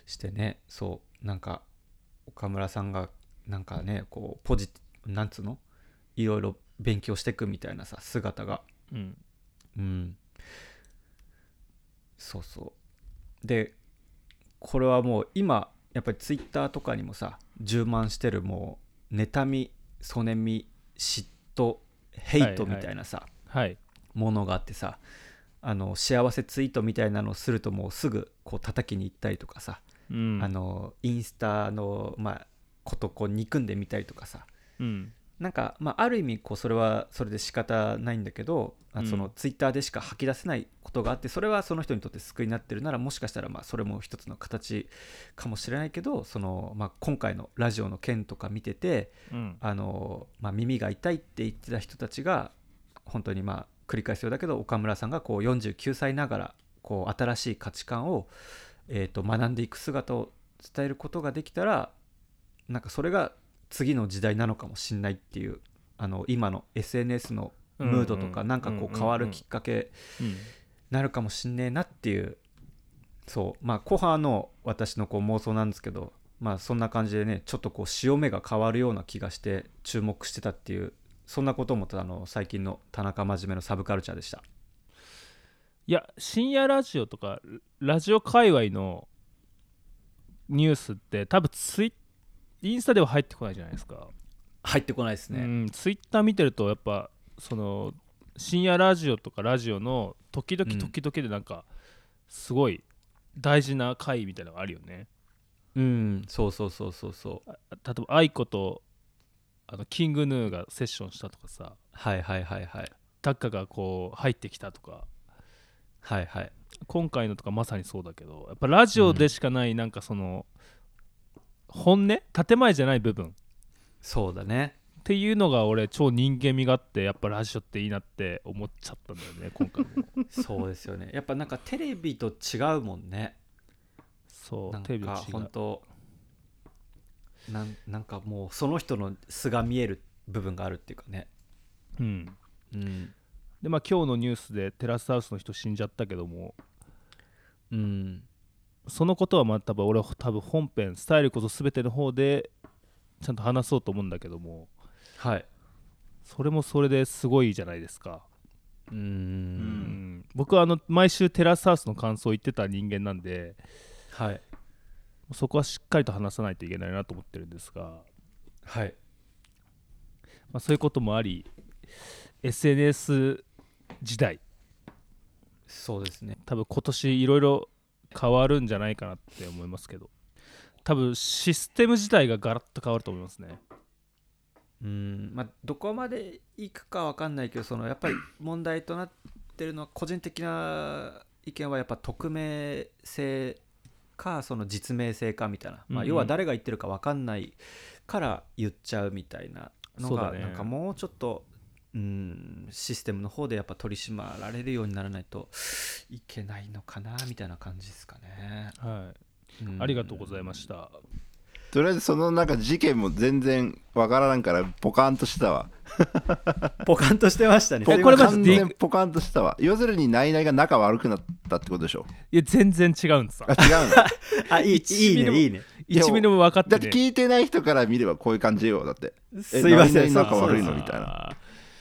S3: してねそうなんか岡村さんがなんかねこうポジなんつうのいろいろ勉強していくみたいなさ姿が
S1: うん、
S3: うん、そうそうでこれはもう今やっぱりツイッターとかにもさ充満してるもう妬みそねみ嫉妬ヘイトみたいなさ、
S1: はい
S3: ものがあってさあの幸せツイートみたいなのをするともうすぐこう叩きに行ったりとかさ、
S1: うん
S3: あのインスタの、まあ、ことこう憎んでみたりとかさ
S1: うん
S3: なんか、まあ、ある意味こうそれはそれで仕方ないんだけど、あ
S1: うん
S3: そのツイッターでしか吐き出せないことがあってそれはその人にとって救いになってるならもしかしたらまあそれも一つの形かもしれないけどその、まあ、今回のラジオの件とか見てて
S1: うん
S3: あの、まあ、耳が痛いって言ってた人たちが本当にまあ繰り返すようだけど岡村さんがこう49歳ながらこう新しい価値観を、えー、と学んでいく姿を伝えることができたらなんかそれが次の時代なのかもしんないっていうあの今の SNS のムードと
S1: うんう
S3: か
S1: ん
S3: なんかこう変わるきっかけ
S1: うん
S3: なるかもしんねえなっていうそうまあ後半の私のこう妄想なんですけどまあそんな感じでねちょっとこう潮目が変わるような気がして注目してたっていうそんなこともあの最近の田中真面目のサブカルチャーでした
S1: いや深夜ラジオとかラジオ界隈のニュースって多分ツイインスタでは入ってこないじゃないですか、
S3: 入ってこないですね、
S1: うん、ツイッター見てるとやっぱその深夜ラジオとかラジオの時々
S3: うん
S1: 時々でなんかすごい大事な回みたいなのがあるよね
S3: うんそうそうそうそうそう
S1: あ例えば愛子とあのキングヌーがセッションしたとかさ
S3: はいはいはいはい
S1: タッカがこう入ってきたとか
S3: はいはい
S1: 今回のとかまさにそうだけどやっぱラジオでしかないなんかその、本音建前じゃない部分
S3: そうだね
S1: っていうのが俺超人間味があってやっぱラジオっていいなって思っちゃったんだよね今
S3: (laughs)
S1: 回も
S3: そうです (laughs) よねやっぱなんかテレビと違うもんね
S1: そ
S3: な
S1: うんテレビと
S3: か
S1: 違
S3: 本
S1: う
S3: 当なんなんかもうその人の素が見える部分があるっていうかね
S1: うん
S3: うん、
S1: でまあ今日のニュースでテラスハウスの人死んじゃったけども
S3: うん、
S1: そのことはまあ多分俺は多分本編スタイルこそ全ての方でちゃんと話そうと思うんだけども
S3: はい
S1: それもそれですごいじゃないですか、
S3: う
S1: うんん僕はあの毎週テラスハウスの感想を言ってた人間なんで
S3: はい
S1: そこはしっかりと話さないといけないなと思ってるんですが
S3: はい
S1: まあ、そういうこともあり SNS 時代
S3: そうですね
S1: 多分今年いろいろ変わるんじゃないかなって思いますけど多分システム自体がガラッと変わると思いますね
S3: うんまあどこまでいくかわかんないけどそのやっぱり問題となってるのは個人的な意見はやっぱ匿名性かその実名性かみたいな、
S1: うん
S3: まあ、
S1: うん
S3: 要は誰が言ってるかわかんないから言っちゃうみたいなの
S1: そうだ
S3: が
S1: ね
S3: なんかもうちょっとうんシステムの方でやっぱ取り締まられるようにならないといけないのかなみたいな感じですかね。
S1: はい
S3: ん
S1: ありがとうございました
S2: とりあえずそのなんか事件も全然わからんからポカンとしたわ
S3: ポカンとしてましたね。
S1: ポ
S3: す
S1: カ
S3: い
S1: こ
S3: ま
S1: れ
S3: せん
S1: マジ
S2: 完全ポカンとしたわ要するにナイナイが仲悪くなったってことでしょ
S1: いや全然違うんですさ
S2: あ違うの
S3: あいいいい
S1: 一ミリも
S3: ねいいね。
S2: いや
S1: 1ミリも分かっ
S2: だってて
S1: ね
S2: 聞いてない人から見ればこういう感じよだってえ
S3: すいません。
S2: な
S3: そ
S2: ん
S3: う
S2: か悪いの
S3: そう
S2: みたいな
S1: あ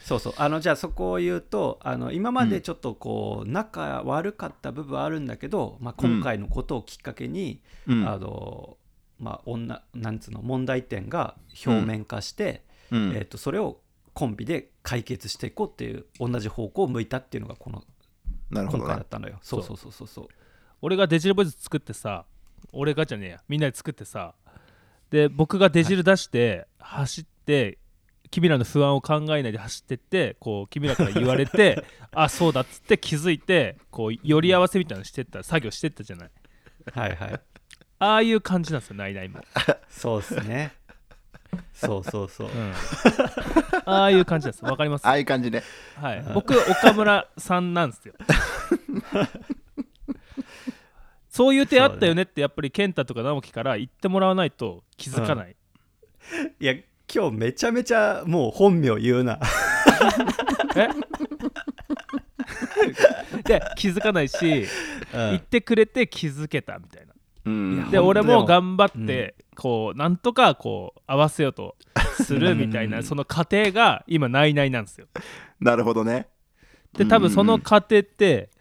S3: そうそうあのじゃあそこを言うとあの今までちょっとこう、仲悪かった部分はあるんだけど、まあ、今回のことをきっかけに、
S2: うん
S3: あのまあ、女なんつうの問題点が表面化して、
S2: うん
S3: えっとそれをコンビで解決していこうっていう同じ方向を向いたっていうのがこの
S2: なるほ
S3: 今
S2: ど
S3: 回だっ
S2: な
S3: たのよ。そうそうそうそうそう。
S1: ー俺がデジルボイス作ってさ俺がじゃねえやみんなで作ってさで僕がデジル出して走って君らの不安を考えないで走ってってこう君らから言われ
S2: (laughs)
S1: てあそうだっつって気づいてこう寄り合わせみたいなのしてった作業してったじゃない
S3: はいはい。
S1: ああいう感じなんですよナイナイも、
S3: そうですね。そうそうそう。
S1: うん
S3: (laughs)
S1: ああいう感じなんですわかります
S2: ああいう感じね
S1: はい僕岡村さんなん
S3: (laughs)
S1: ですよそういう手あったよねってやっぱり健太とか直樹から言ってもらわないと気づかない、
S3: いや今日めちゃめちゃもう本名言うな。
S1: え
S3: (laughs)
S1: で気づかないし、言ってくれて気づけたみたいな
S2: うん
S3: い
S1: で
S3: や本当
S1: 俺
S3: で
S1: も
S3: も
S1: 頑張って、こうなんとかこう合わせようとするみたいな、
S3: うん
S1: その過程が今ないないなんですよ
S2: なるほどね
S1: で多分その過程って、
S2: うん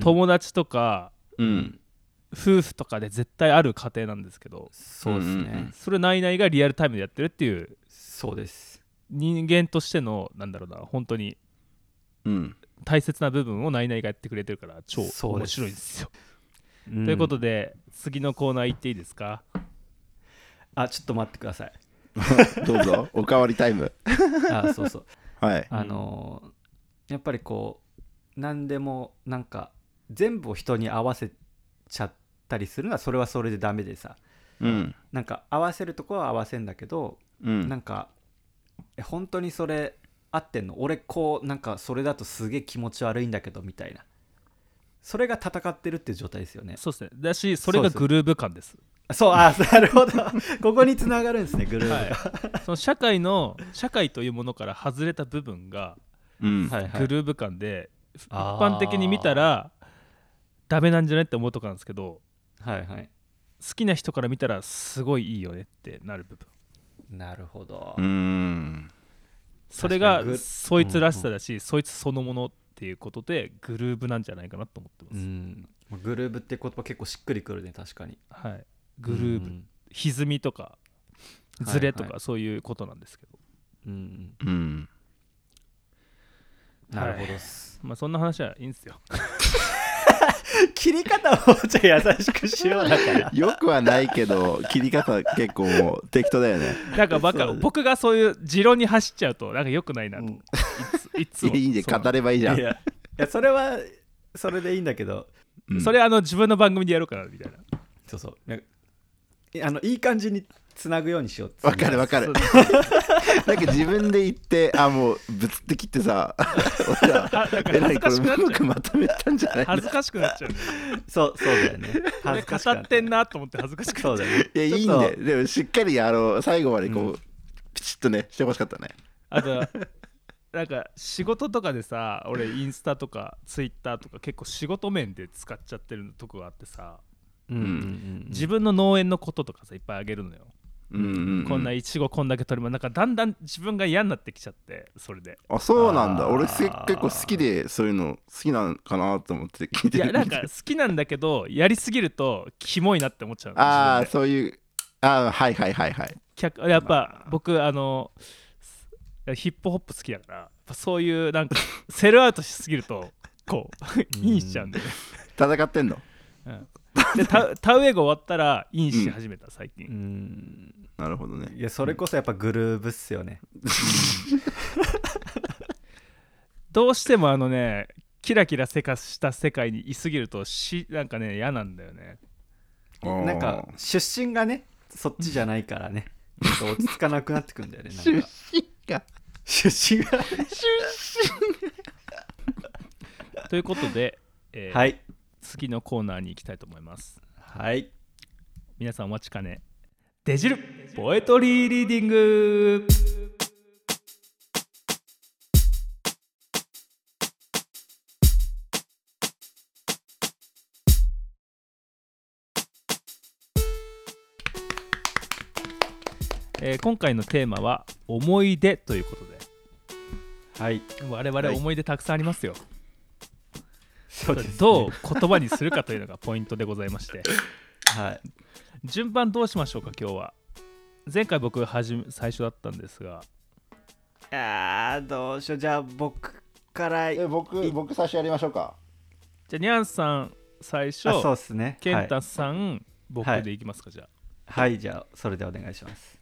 S1: 友達とか
S2: うん
S1: 夫婦とかで絶対ある過程なんですけど
S3: そうです
S2: うんうんうん
S3: ね。
S1: それないないがリアルタイムでやってるっていう
S3: そうです。
S1: 人間としてのなんだろうな本当に
S2: うん
S1: 大切な部分をないないがやってくれてるから超
S3: そう
S1: 面
S3: です
S1: 白いんですよ
S3: と
S1: ということで次のコーナー行っていいですか
S3: あちょっと待ってください。
S2: どうぞおかわりタイム
S3: あそうそう。
S2: はい
S3: あのーやっぱりこう何でもなんか全部を人に合わせちゃったりするのはそれはそれでダメでさ
S2: うん
S3: なんか合わせるとこは合わせんだけど、
S2: うん
S3: なんかえ本当にそれ合ってんの俺こうなんかそれだとすげえ気持ち悪いんだけどみたいなそれが戦ってるっていう状態ですよね
S1: そうですねだしそれがグルーヴ感です
S3: そうあ (laughs) なるほどここに繋がるんですねグループが、
S1: はいその社会の社会というものから外れた部分が
S2: うん
S3: はいはい
S1: グルーヴ感で、一
S3: あー
S1: 般的に見たらダメなんじゃないって思うとこなんですけど
S3: はいはい
S1: 好きな人から見たらすごいいいよねってなる部分
S3: なるほど、
S2: うん
S1: それが
S3: 確かにグ
S1: そいつらしさだし、そいつそのものっていうことでグルーヴなんじゃないかなと思ってます、
S3: うん、グルーブって言葉結構しっくりくるね確かに
S1: はい、グルーヴ、
S3: うん
S1: 歪みとかズレと
S3: はいは
S1: かそういうことなんですけど、
S3: うん
S2: うん
S3: なるほどっす、 (laughs)
S1: まあそんな話はいいんですよ (laughs)
S3: 切り方をじゃあ優しくしようだから
S2: よくはないけど切り方結構もう適当だよね
S1: なんかバ
S3: そ
S1: カ
S3: う
S1: 僕がそういう持論に走っちゃうとなんか良くないなと、
S3: うん
S1: いつ
S3: (laughs)
S1: いつ
S2: い
S1: も
S2: やいいね
S1: そう
S2: 語ればいいじゃん
S3: いやいやそれはそれでいいんだけど
S2: うん
S1: それあの自分の番組でやろうかなみたいな
S3: そうそうなんかいあのいい感じにつなぐようにしようって
S2: わかるわか
S1: そ
S2: る
S1: う
S2: なんか自分で言ってあもうぶつって切ってさ俺ら
S1: あだか
S2: え
S1: ら
S2: ら
S1: 恥
S2: い
S1: ず
S2: こ
S1: か
S2: れ
S1: しくなっ
S2: う
S1: ち
S2: ま
S1: ゃ
S2: くまとめたんじゃな
S1: う
S2: い
S1: 恥ずかしくなっちゃう
S3: そうそうだよね (laughs) 恥
S1: 俺
S3: ずかしか
S1: 語
S3: っ
S1: ってんなと思って恥ずかしく
S3: た
S1: なっ
S3: そうだね
S2: いやいいん
S3: ちょっ
S2: だ
S3: と
S2: よでもしっかりあの最後までこう、
S3: う
S2: ピチッとねしてほしかったね
S1: あとなんか仕事とかでさ俺インスタとかツイッターとか結構仕事面で使っちゃってるとこがあってさ、
S3: うんうんうん
S1: 自分の農園のこととかさいっぱいあげるのよ、
S2: うんうん、うん、
S1: こんないちごこんだけ取りまなんかだんだん自分が嫌になってきちゃってそれで
S2: あそうなんだ
S3: あー
S2: 俺せ結構好きでそういうの好きなのかなと思って聞い
S1: い
S2: てる
S1: やなんか好きなんだけどやりすぎるとキモいなって思っちゃうの
S2: (laughs) ああ
S1: 自分で
S2: そういうあーはいはいはいはい
S1: 客やっぱ僕あのヒップホップ好きだからやっぱそういうなんかセルアウトしすぎるとこう (laughs) インしちゃうんだよね
S2: 戦ってんの
S1: うんで田田植えが終わったらインし始めた最近、
S3: うん
S2: なるほどね
S3: いやそれこそやっぱグルーブっすよね
S1: どうしてもあのねキラキラせかした世界にいすぎるとしなんかね嫌なんだよね
S3: なんか出身がねそっちじゃないから (laughs) ねちょっと落ち着かなくなってくんだよね
S2: あー
S3: なんか
S2: 身が
S3: 出身が
S1: ということで、えー
S3: はい
S1: 次のコーナーに行きたいと思います
S3: はい
S1: 皆さんお待ちかねデジルポエトリーリーディングえー今回のテーマは「思い出」ということで
S3: はい
S1: 我々
S2: はい
S1: 思い出たくさんありますよ、
S3: そうです
S1: どう言葉にするかというのがポイントでございまして
S3: はい
S1: 順番どうしましょうか今日は前回僕はじめ最初だったんですが
S3: あーどうしようじゃあ僕から
S2: え
S3: あ
S2: 僕僕最初やりましょうか
S1: じゃあニャンさん最初
S3: そうっすね
S1: ケン
S3: はい
S1: タさん、
S3: は
S1: 僕
S3: い
S1: でいきますかじゃあ
S3: はいじゃあそれでお願いします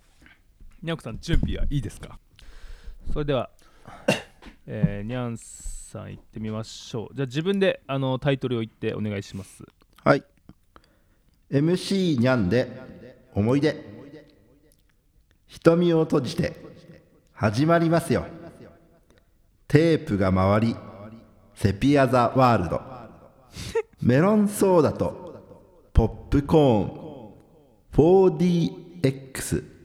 S1: ニャンコさん準備はいいですかそれでは、 (coughs) えー、ニャンさん行ってみましょうじゃあ自分であのタイトルを言ってお願いします
S2: はい MC にゃんで思い出瞳を閉じて始まりますよテープが回りセピアザワールドメロンソーダとポップコーン 4DX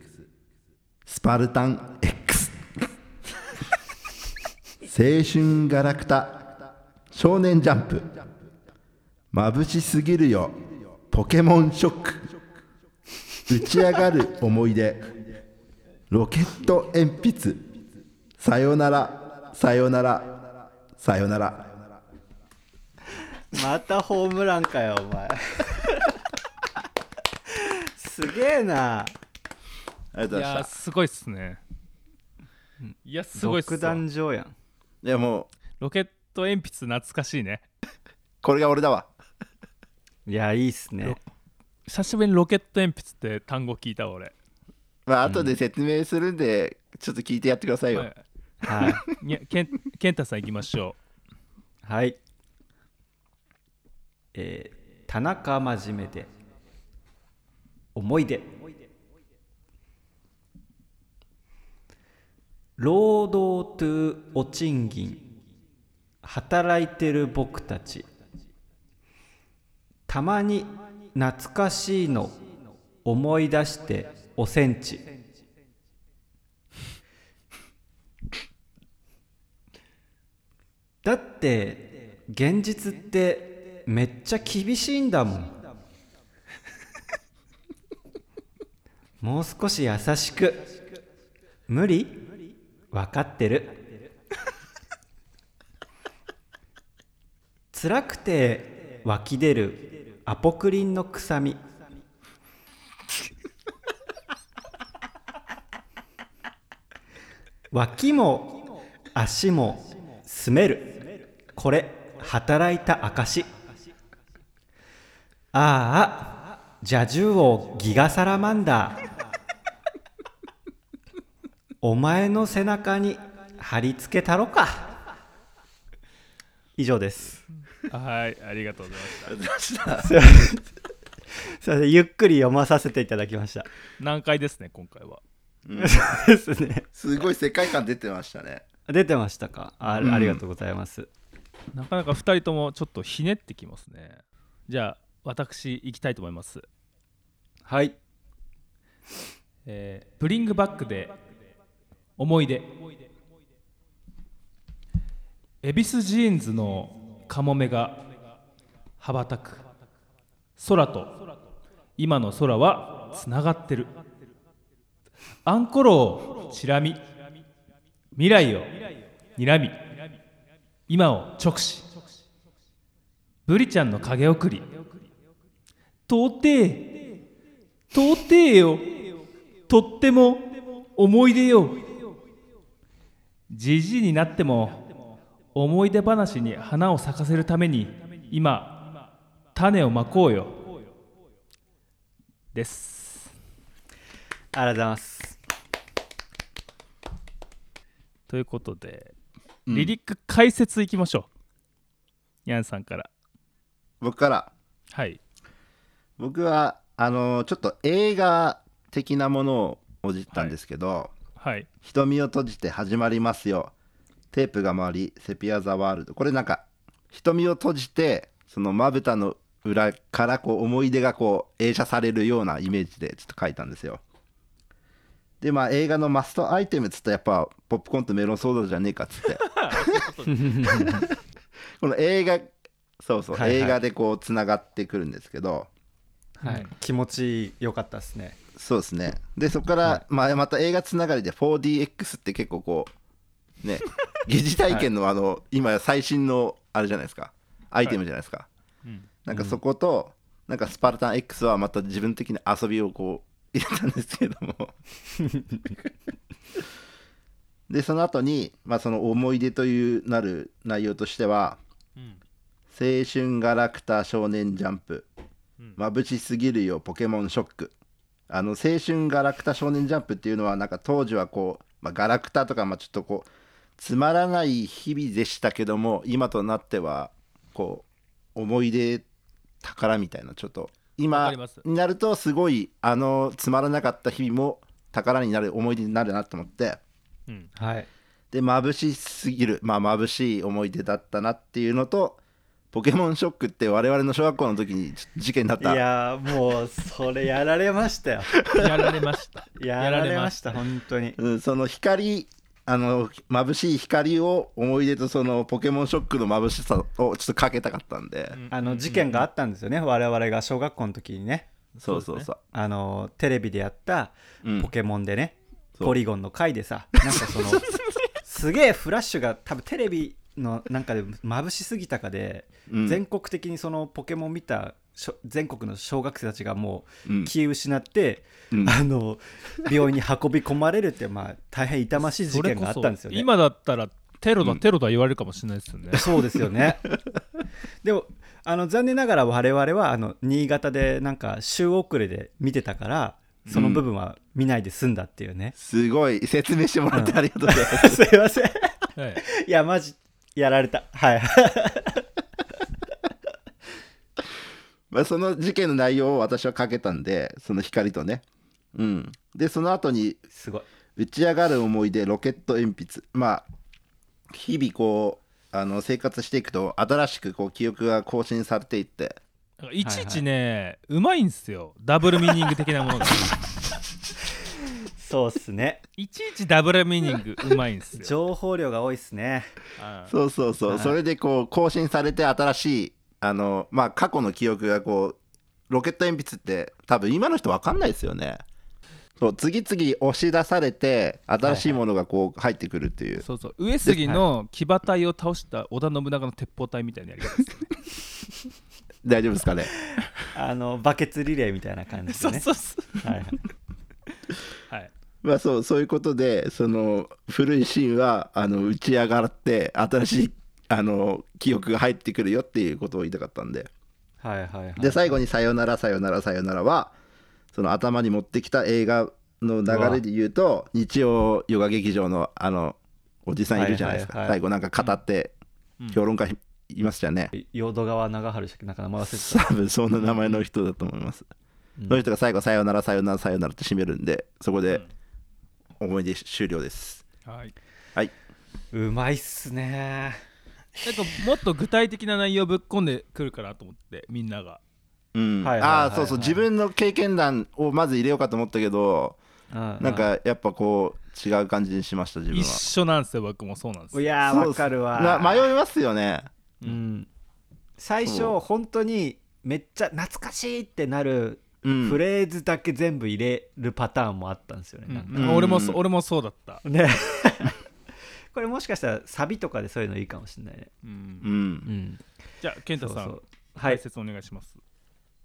S2: スパルタン X 青春ガラクタ少年ジャンプ眩しすぎるよポケモンショック打ち上がる思い出ロケット鉛筆さよならさよならさよなら
S3: またホームランかよ (laughs) お前すげえな
S2: ありがと
S1: いやーすごいっすねいやすごいっす
S3: 独
S1: わ
S3: 壇場やん
S2: いやもう
S1: ロケット鉛筆懐かしいね
S2: これが俺だわ
S3: いやいいっすね
S1: 久しぶりにロケット鉛筆って単語聞いたわ俺、
S2: まあ後で説明するんで、ちょっと聞いてやってくださいよ、
S1: はい
S3: はい
S1: にゃケンケンタさん行きましょ
S3: はい。えー田中真面目で思い出労働とお賃金働いてる僕たちたまに懐かしいの思い出しておセンチだって現実ってめっちゃ厳しいんだもん (laughs) もう少し優しく無理分かってる (laughs) 辛くて湧き出るアポクリンの臭み脇も足もすめるこれ働いた証ああ蛇獣王ギガサラマンダーお前の背中に貼り付けたろか以上です
S1: はいありがとうございまし
S3: すいません (laughs) すいませんゆっくり読まさせていただきました
S1: た難解ですね今回は
S3: そうですね
S2: すごい世界観出てましたね
S3: 出てましたかあ
S2: うん
S3: ありがとうございます
S1: なかなか2人ともちょっとひねってきますねじゃあ私行きたいと思います
S3: はい
S1: えーブリングバックで思い出恵比寿ジーンズのカモメが羽ばたく空と今の空はつながってるアンコロをチラ見未来をにらみ今を直視ブリちゃんの影送り到底到底よとっても思い出よじじいになっても思い出話に花を咲かせるために今種をまこうよです
S3: ありがとうございます
S1: ということで、リリック解説いきましょうヤンさんから
S2: 僕から
S1: はい
S2: 僕はあのーちょっと映画的なものをおじったんですけど、
S1: はい
S2: 瞳を閉じて始まりますよテープが回りセピア・ザ・ワールドこれなんか瞳を閉じてそのまぶたの裏からこう思い出がこう映写されるようなイメージでちょっと書いたんですよでまあ映画のマストアイテムっつったらやっぱポップコーンとメロンソーダじゃねえかっつって
S3: (laughs)
S2: (laughs) この映画そうそう、
S3: はいはい
S2: 映画でこうつながってくるんですけど
S3: はい気持ち良かったですね
S2: そうですねでそこから、まあ、また映画つながりで 4DX って結構こうね疑似体験のあの、今最新のあれじゃないですかアイテムじゃないですか、
S1: うん
S2: なんかそこと、なんかスパルタン X はまた自分的に遊びをこう入れたんですけどもでその後にまあ、その思い出というなる内容としては
S1: うん
S2: 「青春ガラクタ少年ジャンプ」
S1: うん
S2: 眩しすぎるよポケモンショック」あの「青春ガラクタ少年ジャンプ」っていうのはなんか当時はこう、まあ、ガラクタとかまあちょっとこうつまらない日々でしたけども今となってはこう思い出宝みたいなちょっと
S1: わか
S2: 今
S1: ります
S2: になるとすごいあのつまらなかった日々も宝になる思い出になるなと思って。
S1: うん
S3: はい
S2: で眩しすぎるまあ眩しい思い出だったなっていうのとポケモンショックって我々の小学校の時にちょ事件だっ
S3: い
S2: た
S3: やーもうそれやられましたよ
S1: やられました
S3: (laughs) やられました本当に
S2: うん、その光あの眩しい光を思い出とそのポケモンショックの眩しさをちょっとかけたかったんで、
S3: あの事件があったんですよね我々が小学校の時にね
S2: そうそうそう
S3: あのテレビでやった
S2: うん
S3: ポケモンでね、
S2: そう
S3: ポリゴンの回でさなんか
S2: (laughs)
S3: そのすげえフラッシュが多分テレビのなんかで眩しすぎたかで、
S2: うん
S3: 全国的にそのポケモン見たしょ全国の小学生たちがも
S2: う
S3: うん気を失って、
S2: うん
S3: あの病院に運び込まれるってまあ大変痛ましい事
S1: それ
S3: 件
S1: こ
S3: があっ
S1: そ
S3: たんですよね。
S1: 今だったらテロ
S2: う
S1: だ
S2: ん
S1: テロだ言われるかもしれないですよ
S3: (laughs)
S1: ね、
S3: そうですよねでもあの残念ながら我々はあの新潟でなんか週遅れで見てたからその部分は見ないで済んだっていうね、
S2: すごい説明してもらってありがとうございます、
S3: (laughs) すいません
S1: はい
S3: いやマジやられたはい
S2: (laughs) まあ、その事件の内容を私はかけたんでその光とねうんでその後に
S3: すごい
S2: 打ち上がる思い出ロケット鉛筆まあ日々こうあの生活していくと新しくこう記憶が更新されていって
S1: なんかいちいちね、うまいんすよダブルミーニング的なものが
S3: そうっすね
S1: いちいちダブルミーニングうまいんすよ
S3: 情報量が多いっすね
S1: あー
S2: そうそうそう、
S3: はい
S2: それでこう更新されて新しいあのまあ過去の記憶がこうロケット鉛筆って多分今の人分かんないですよねそう次々押し出されて新しいものがこう入ってくるっていう、
S1: そうそう上杉の騎馬隊を倒した織田信長の鉄砲隊みたいなやり方ですよね
S2: 大丈夫ですかね
S3: あのバケツリレーみたいな感じ (laughs) でね
S1: そうそ
S3: はいはいう
S1: はい
S2: まあそうそういうことでその古いシーンはあの打ち上がって新しいあの記憶が入ってくるよっていうことを言いたかったんで
S3: はいはいはい
S2: で最後に「さよならさよならさよならは」その頭に持ってきた映画の流れで言うと日曜ヨガ劇場のあのおじさんいるじゃないですか、
S3: はいはいは
S2: 最
S3: い
S2: 後なんか語って
S1: うん
S2: 評論家いましたよね
S3: 淀川長春でしたっけなんか名前忘れてた、
S2: 多分そんな名前の人だと思います、
S3: うん
S2: その人が最後「さよならさよならさよなら」って締めるんでそこで思い出終了です
S1: はい、
S3: うまいっすね
S1: なんかもっと具体的な内容ぶっ込んでくるかなと思ってみんなが
S2: うん、
S3: はいはいはい
S2: あ
S3: はい
S2: あそうそう自分の経験談をまず入れようかと思ったけど
S3: な
S2: なんかやっぱこう違う感じにしました自分
S1: 一
S2: は
S1: 緒なんですよ僕もそうなんです
S3: い
S1: よ
S3: やー
S2: そう
S3: わかるわ
S2: な迷いますよね
S3: うん、最
S2: そ
S3: 初本当にめっちゃ懐かしいってなる
S2: うん
S3: フレーズだけ全部入れるパターンもあったんですよね、
S1: うん
S3: なんか
S1: 俺もそ
S2: うん
S1: 俺もそうだった、
S3: ね (laughs) これもしかしたらサビとかでそういうのいいかもしれないね、
S1: う、
S2: うんん
S3: ん、
S1: じゃあ健太さん
S3: そうそうはい
S1: 解説お願いします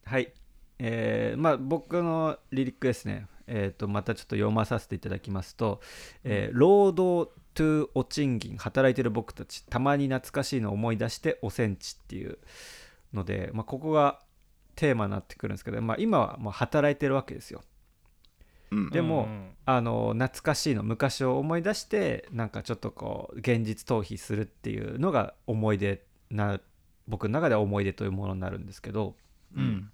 S3: はいえーまあ僕のリリックですねえーとまたちょっと読まさせていただきますと「えー労働 to お賃金働いてる僕たちたまに懐かしいのを思い出しておせんち」っていうので、まあ、ここがテーマになってくるんですけど、まあ、今はもう働いてるわけですよ
S2: うん
S3: でも
S1: うん
S3: あの懐かしいの昔を思い出してなんかちょっとこう現実逃避するっていうのが思い出な僕の中では思い出というものになるんですけど
S2: うん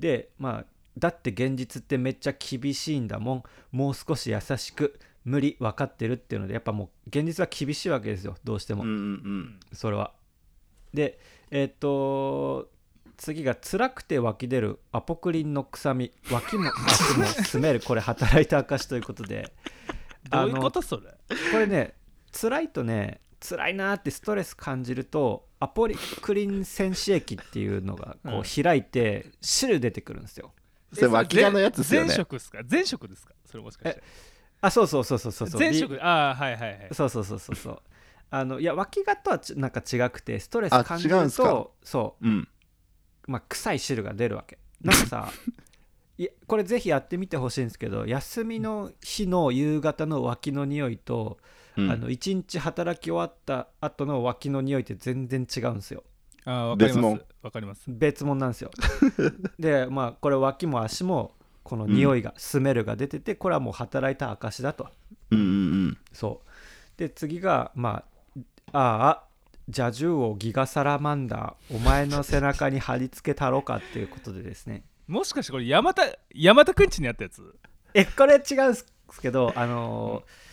S3: でまあだって現実ってめっちゃ厳しいんだもんもう少し優しく無理分かってるっていうのでやっぱもう現実は厳しいわけですよどうして
S2: う
S3: も、
S2: んうん
S3: それは。でえーっと次が辛くて湧き出るアポクリンの臭み脇も足も詰めるこれ働いた証ということで
S1: どういうことそれ
S3: これね辛いとね辛いなーってストレス感じるとアポリクリン腺子液っていうのがこう開いて汁出てくるんですよ。
S2: それ脇がのやつですよね
S1: 前職ですか前職ですかそれもしかして
S3: あそうそうそうそうそうそう
S1: 前職ああはいはいはい
S3: そうそうそうそうそう (laughs) あのいや脇がとはちなんか違くてストレス
S2: あ
S3: 感じ
S2: 違うん
S3: る
S2: すか
S3: とそう
S2: うん
S3: まあ、臭い汁が出るわけなんかさ (laughs) いやこれぜひやってみてほしいんですけど休みの日の夕方の脇の匂いと、
S2: うん
S3: あの一日働き終わった後の脇の匂いって全然違うんですよ
S1: ああわかり
S2: 別
S1: ます
S2: 物
S1: わかります
S3: 別物なんで
S2: (laughs)
S3: すよでまあこれ脇も足もこの匂いが、スメルが出ててこれはもう働いた証だと
S2: うんうん
S3: そうで次がまあああ蛇獣をギガサラマンダーお前の背中に貼り付けたろかっていうことでですね
S1: もしかしてこれ山田山田くんちにあったやつ
S3: えこれ違うんですけどあのー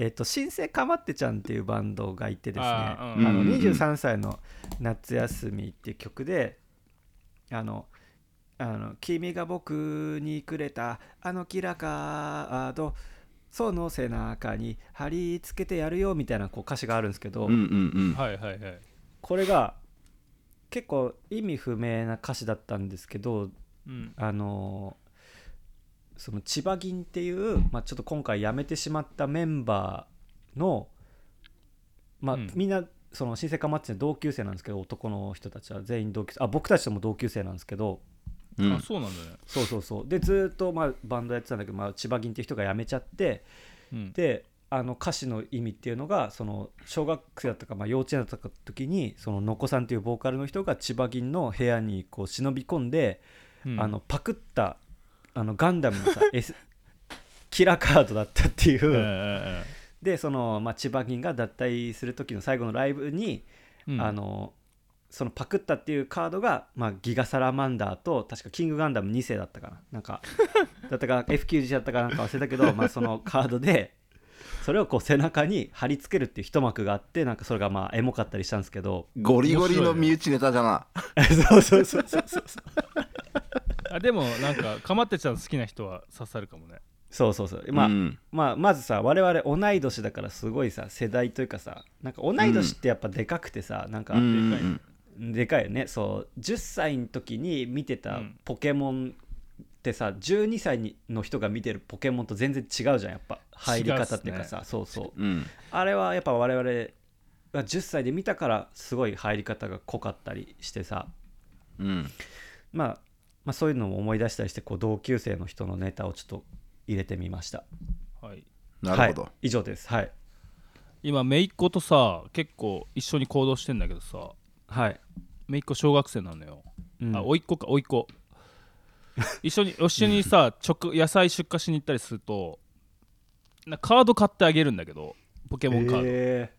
S3: えっ、と新生かまってちゃんっていうバンドがいてですね
S1: あ
S3: あ、
S1: ーうん
S3: の
S2: うんうんうん
S3: 23歳の夏休みっていう曲であのあの君が僕にくれたあのキラカードその背中に貼り付けてやるよみたいなこう歌詞があるんですけど、
S2: うんうんうん
S1: はいはいはい
S3: これが結構意味不明な歌詞だったんですけど
S1: うん
S3: あのーその千葉銀っていう、まあ、ちょっと今回辞めてしまったメンバーの、まあ
S1: うん
S3: みんなその新生かマッチの同級生なんですけど男の人たちは全員同級生あ僕たちとも同級生なんですけど
S2: うん
S1: あそうなんだね
S3: そうそうそうでずーっと、まあ、バンドやってたんだけど、まあ、千葉銀っていう人が辞めちゃって
S1: うん
S3: であの歌詞の意味っていうのがその小学生だったか、まあ、幼稚園だったか時にそののこさんっていうボーカルの人が千葉銀の部屋にこう忍び込んで、
S1: うん
S3: あのパクったあのガンダム
S1: (laughs)
S3: のさ、S、キラーカードだったっていう、
S1: うんうん
S3: でその、まあ、千葉銀が脱退する時の最後のライブに、
S1: うん
S3: あのそのパクったっていうカードが、まあ、ギガサラマンダーと確かキングガンダム2世だったかななん (laughs) かだったか F91 だったかなんか忘れたけど、まあ、そのカードでそれをこう背中に貼り付けるっていう一幕があってなんかそれがまあエモかったりしたんですけど
S2: ゴリゴリの身内ネタじゃな
S3: (laughs) そうそうそうそうそう
S1: あでもなんかかまってちゃん好きな人は刺さるかもね
S3: そうそうそうまあ、
S2: うん
S3: まあ、まずさ我々同い年だからすごいさ世代というかさなんか同い年ってやっぱでかくてさ、なんか
S2: うんうん
S3: でかいよねそう10歳の時に見て
S1: う
S3: た
S1: ん
S3: ポケモンってさ12歳にの人が見てるポケモンと全然違うじゃんやっぱ入り方っていうかさそうそう
S2: うん
S3: あれはやっぱ我々が10歳で見たからすごい入り方が濃かったりしてさ、
S2: うん
S3: まあ、まあそういうのも思い出したりしてこう同級生の人のネタをちょっと入れてみました
S1: はい
S2: なるほ
S3: はい
S2: ど、
S3: 以上ですはい
S1: 今姪っ子とさ結構一緒に行動してんだけどさ
S3: はい、
S1: 姪っ子小学生なのよ
S3: うん
S1: あ甥っ子か甥っ子一
S3: (laughs)
S1: 緒に一緒にさ直野菜出荷しに行ったりするとなカード買ってあげるんだけどポケモンカード、
S3: え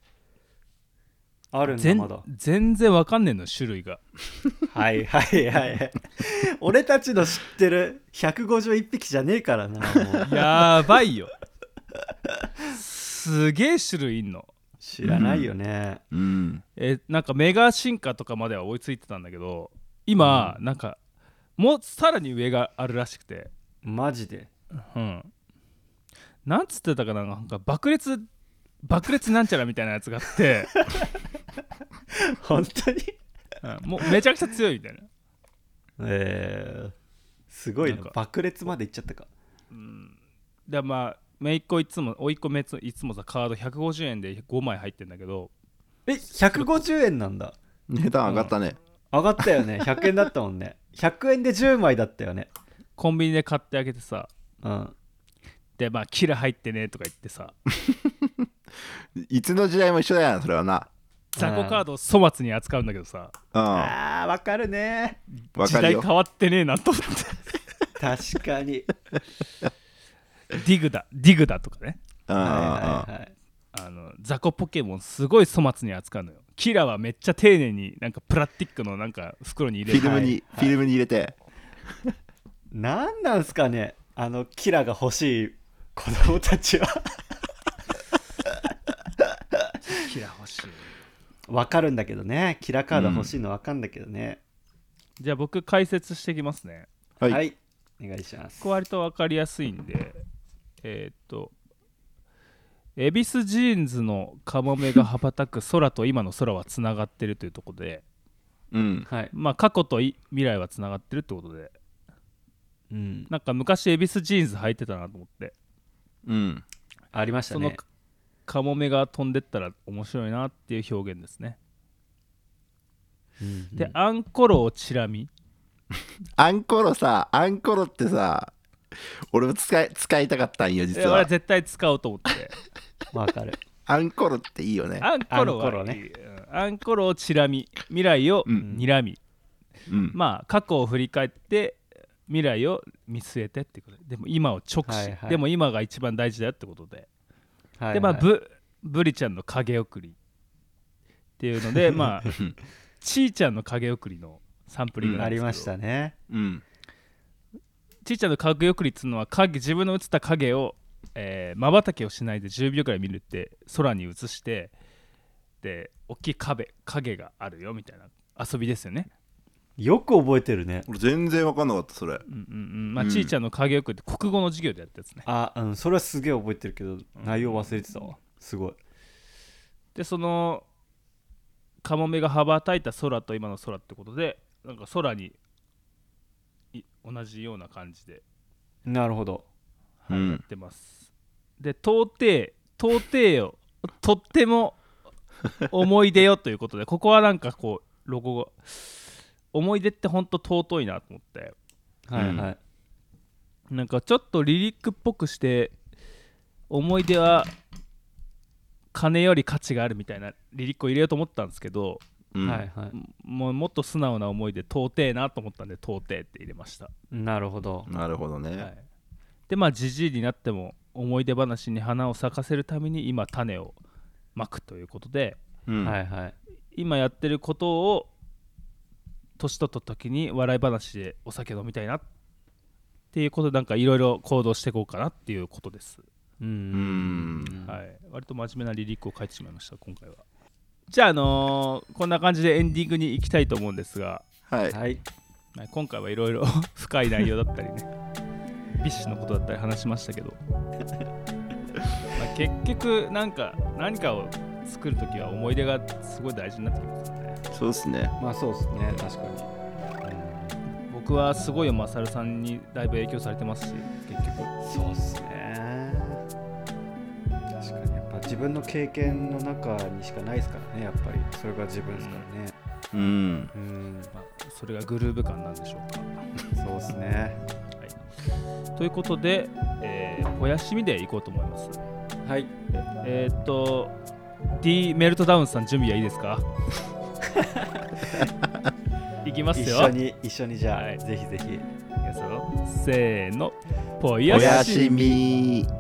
S3: あるんだ
S1: 全
S3: まだ
S1: 全然わかんねえの種類
S3: (laughs)
S1: が
S3: はいはいはいはい俺たちの知ってる151匹じゃねえからなもう
S1: やばいよすげえ種類いんの
S3: 知らないよね、
S2: うん
S1: えーなんかメガ進化とかまでは追いついてたんだけど今、なんかもうさらに上があるらしくて
S3: マジで
S1: うんなんつってたかななんか爆裂爆裂なんちゃらみたいなやつがあって、
S3: 本当に
S1: うんもうめちゃくちゃ強いみたいな
S3: えー、すごい
S1: なん
S3: な
S1: か
S3: 爆裂までいっちゃったか
S1: でまあめいっ子いつもおいっ子めいっ子いつもさカード150円で5枚入ってんだけど
S3: え150円なんだ
S2: 値段上がったね、
S3: 上がったよ (laughs) ね100円だったもんね100円で10枚だったよね
S1: コンビニで買ってあげてさ
S3: うん
S1: でまあキラ入ってねとか言ってさ
S2: いつの時代も一緒だよなそれはな
S1: 雑魚カードを粗末に扱うんだけどさ
S2: うんわ
S3: あーわかるね
S1: 時
S2: かる
S1: 代
S2: よ
S1: 変わってねえなと思って
S2: (laughs)
S3: 確かに
S1: ディグだディグだとかね
S2: うんうん
S3: は
S2: うん
S3: いはいはい
S1: あの雑魚ポケモンすごい粗末に扱うのよキラはめっちゃ丁寧になんかプラスティックのなんか袋に入
S2: フ
S1: れ
S2: ィル
S1: て
S2: ムに、フィルムに入れて
S3: なんなんすかねあのキラが欲しい子供たちは
S1: キラ欲しい
S3: わかるんだけどねキラカード欲しいのわかんだけどね、
S1: じゃあ僕解説していきますね
S2: はい、
S3: はいお願いします
S1: ここ割と分かりやすいんでえーっと恵比寿ジーンズのカモメが羽ばたく空と今の空はつながってるというところで、
S2: うん
S3: はい、
S1: まあ、過去とい未来はつながってるってことで
S3: うん、
S1: なんか昔恵比寿ジーンズ履いてたなと思って
S2: うん
S3: ありました
S1: その
S3: ね
S1: カモメが飛んでったら面白いなっていう表現ですね、
S3: うん
S1: でアンコロをチラ見
S2: アンコロさアンコロってさ俺も使い使いたかったんよ
S1: い
S2: 実
S1: や俺は
S2: は
S1: 絶対使おうと思って
S3: (laughs) わかる
S2: アンコロっていいよね
S1: アンコロは
S3: アンコロ
S1: い
S3: ね
S1: いうんアンコロをチラ見未来を
S2: うん
S1: 睨み、
S2: うん
S1: まあ過去を振り返って未来を見据えてってことででも今を直視、
S3: はいはい
S1: でも今が一番大事だよってことで、
S3: はい
S1: でまあ
S3: はい
S1: ブブリちゃんの影送りっていうの
S3: (laughs)
S1: でまあちーちゃんの影送りのサンプリングな
S3: あ
S1: んで
S3: り
S1: すけど、
S3: ましたね
S2: うん
S1: ちーちゃんの影送りっつうのは影自分の映った影をまばたきをしないで10秒くらい見るって空に映してで大きい壁影があるよみたいな遊びですよね
S3: よく覚えてるね
S2: 俺全然分かんなかったそれ
S1: うんうんうんまあ
S2: うん
S1: ちーちゃんの影送りって国語の授業でやったやつね
S3: あうんそれはすげえ覚えてるけど内容忘れてたわすごい
S1: でそのカモメが羽ばたいた空と今の空ってことでなんか空にい同じような感じで
S3: なるほど
S1: は
S2: う
S1: い
S2: ん
S1: やってます、で到底到底よとっても思い出よということでここはなんかこうロゴが思い出ってほんと尊いなと思って
S3: はいはい、
S1: なんかちょっとリリックっぽくして思い出は金より価値があるみたいなリリックを入れようと思ったんですけど
S2: うん
S3: はいはい
S1: もうもっと素直な思いで到底なと思ったんで到底って入れました、
S3: なるほど
S2: なるほどね、
S1: はい、でまあじじいになっても思い出話に花を咲かせるために今種をまくということで
S2: うん
S3: はいはい
S1: 今やってることを年取った時に笑い話でお酒飲みたいなっていうことでなんかいろいろ行動していこうかなっていうことです、
S3: う
S2: うんん
S1: はい、割と真面目なリリックを書いてしまいました今回はじゃあ、あのーこんな感じでエンディングに行きたいと思うんですが
S2: はい
S3: はい
S1: まあ今回はいろいろ (laughs) 深い内容だったりねビッシュのことだったり話しましたけどまあ結局なんか何かを作るときは思い出がすごい大事になってきますよね
S2: そうっすね
S3: まあそうですね確かに
S1: 僕はすごいマサルさんにだいぶ影響されてますし結局
S3: そうっすね確かにやっぱ自分の経験の中にしかないですからねやっぱりそれが自分ですからね
S2: うん
S3: うん
S1: まあそれがグルーヴ感なんでしょうか、
S3: そうっすね
S1: はい、ということで、えーおやしみでいこうと思います
S3: はい
S1: えーっと D メルトダウンさん準備はいいです
S3: (laughs)
S1: かいきます
S3: 一
S1: よ
S3: 緒に一緒にじゃあ、
S1: はい
S3: ぜひぜひ
S1: いきますよせーのぽ
S2: お
S1: や
S2: や
S1: し
S2: しみ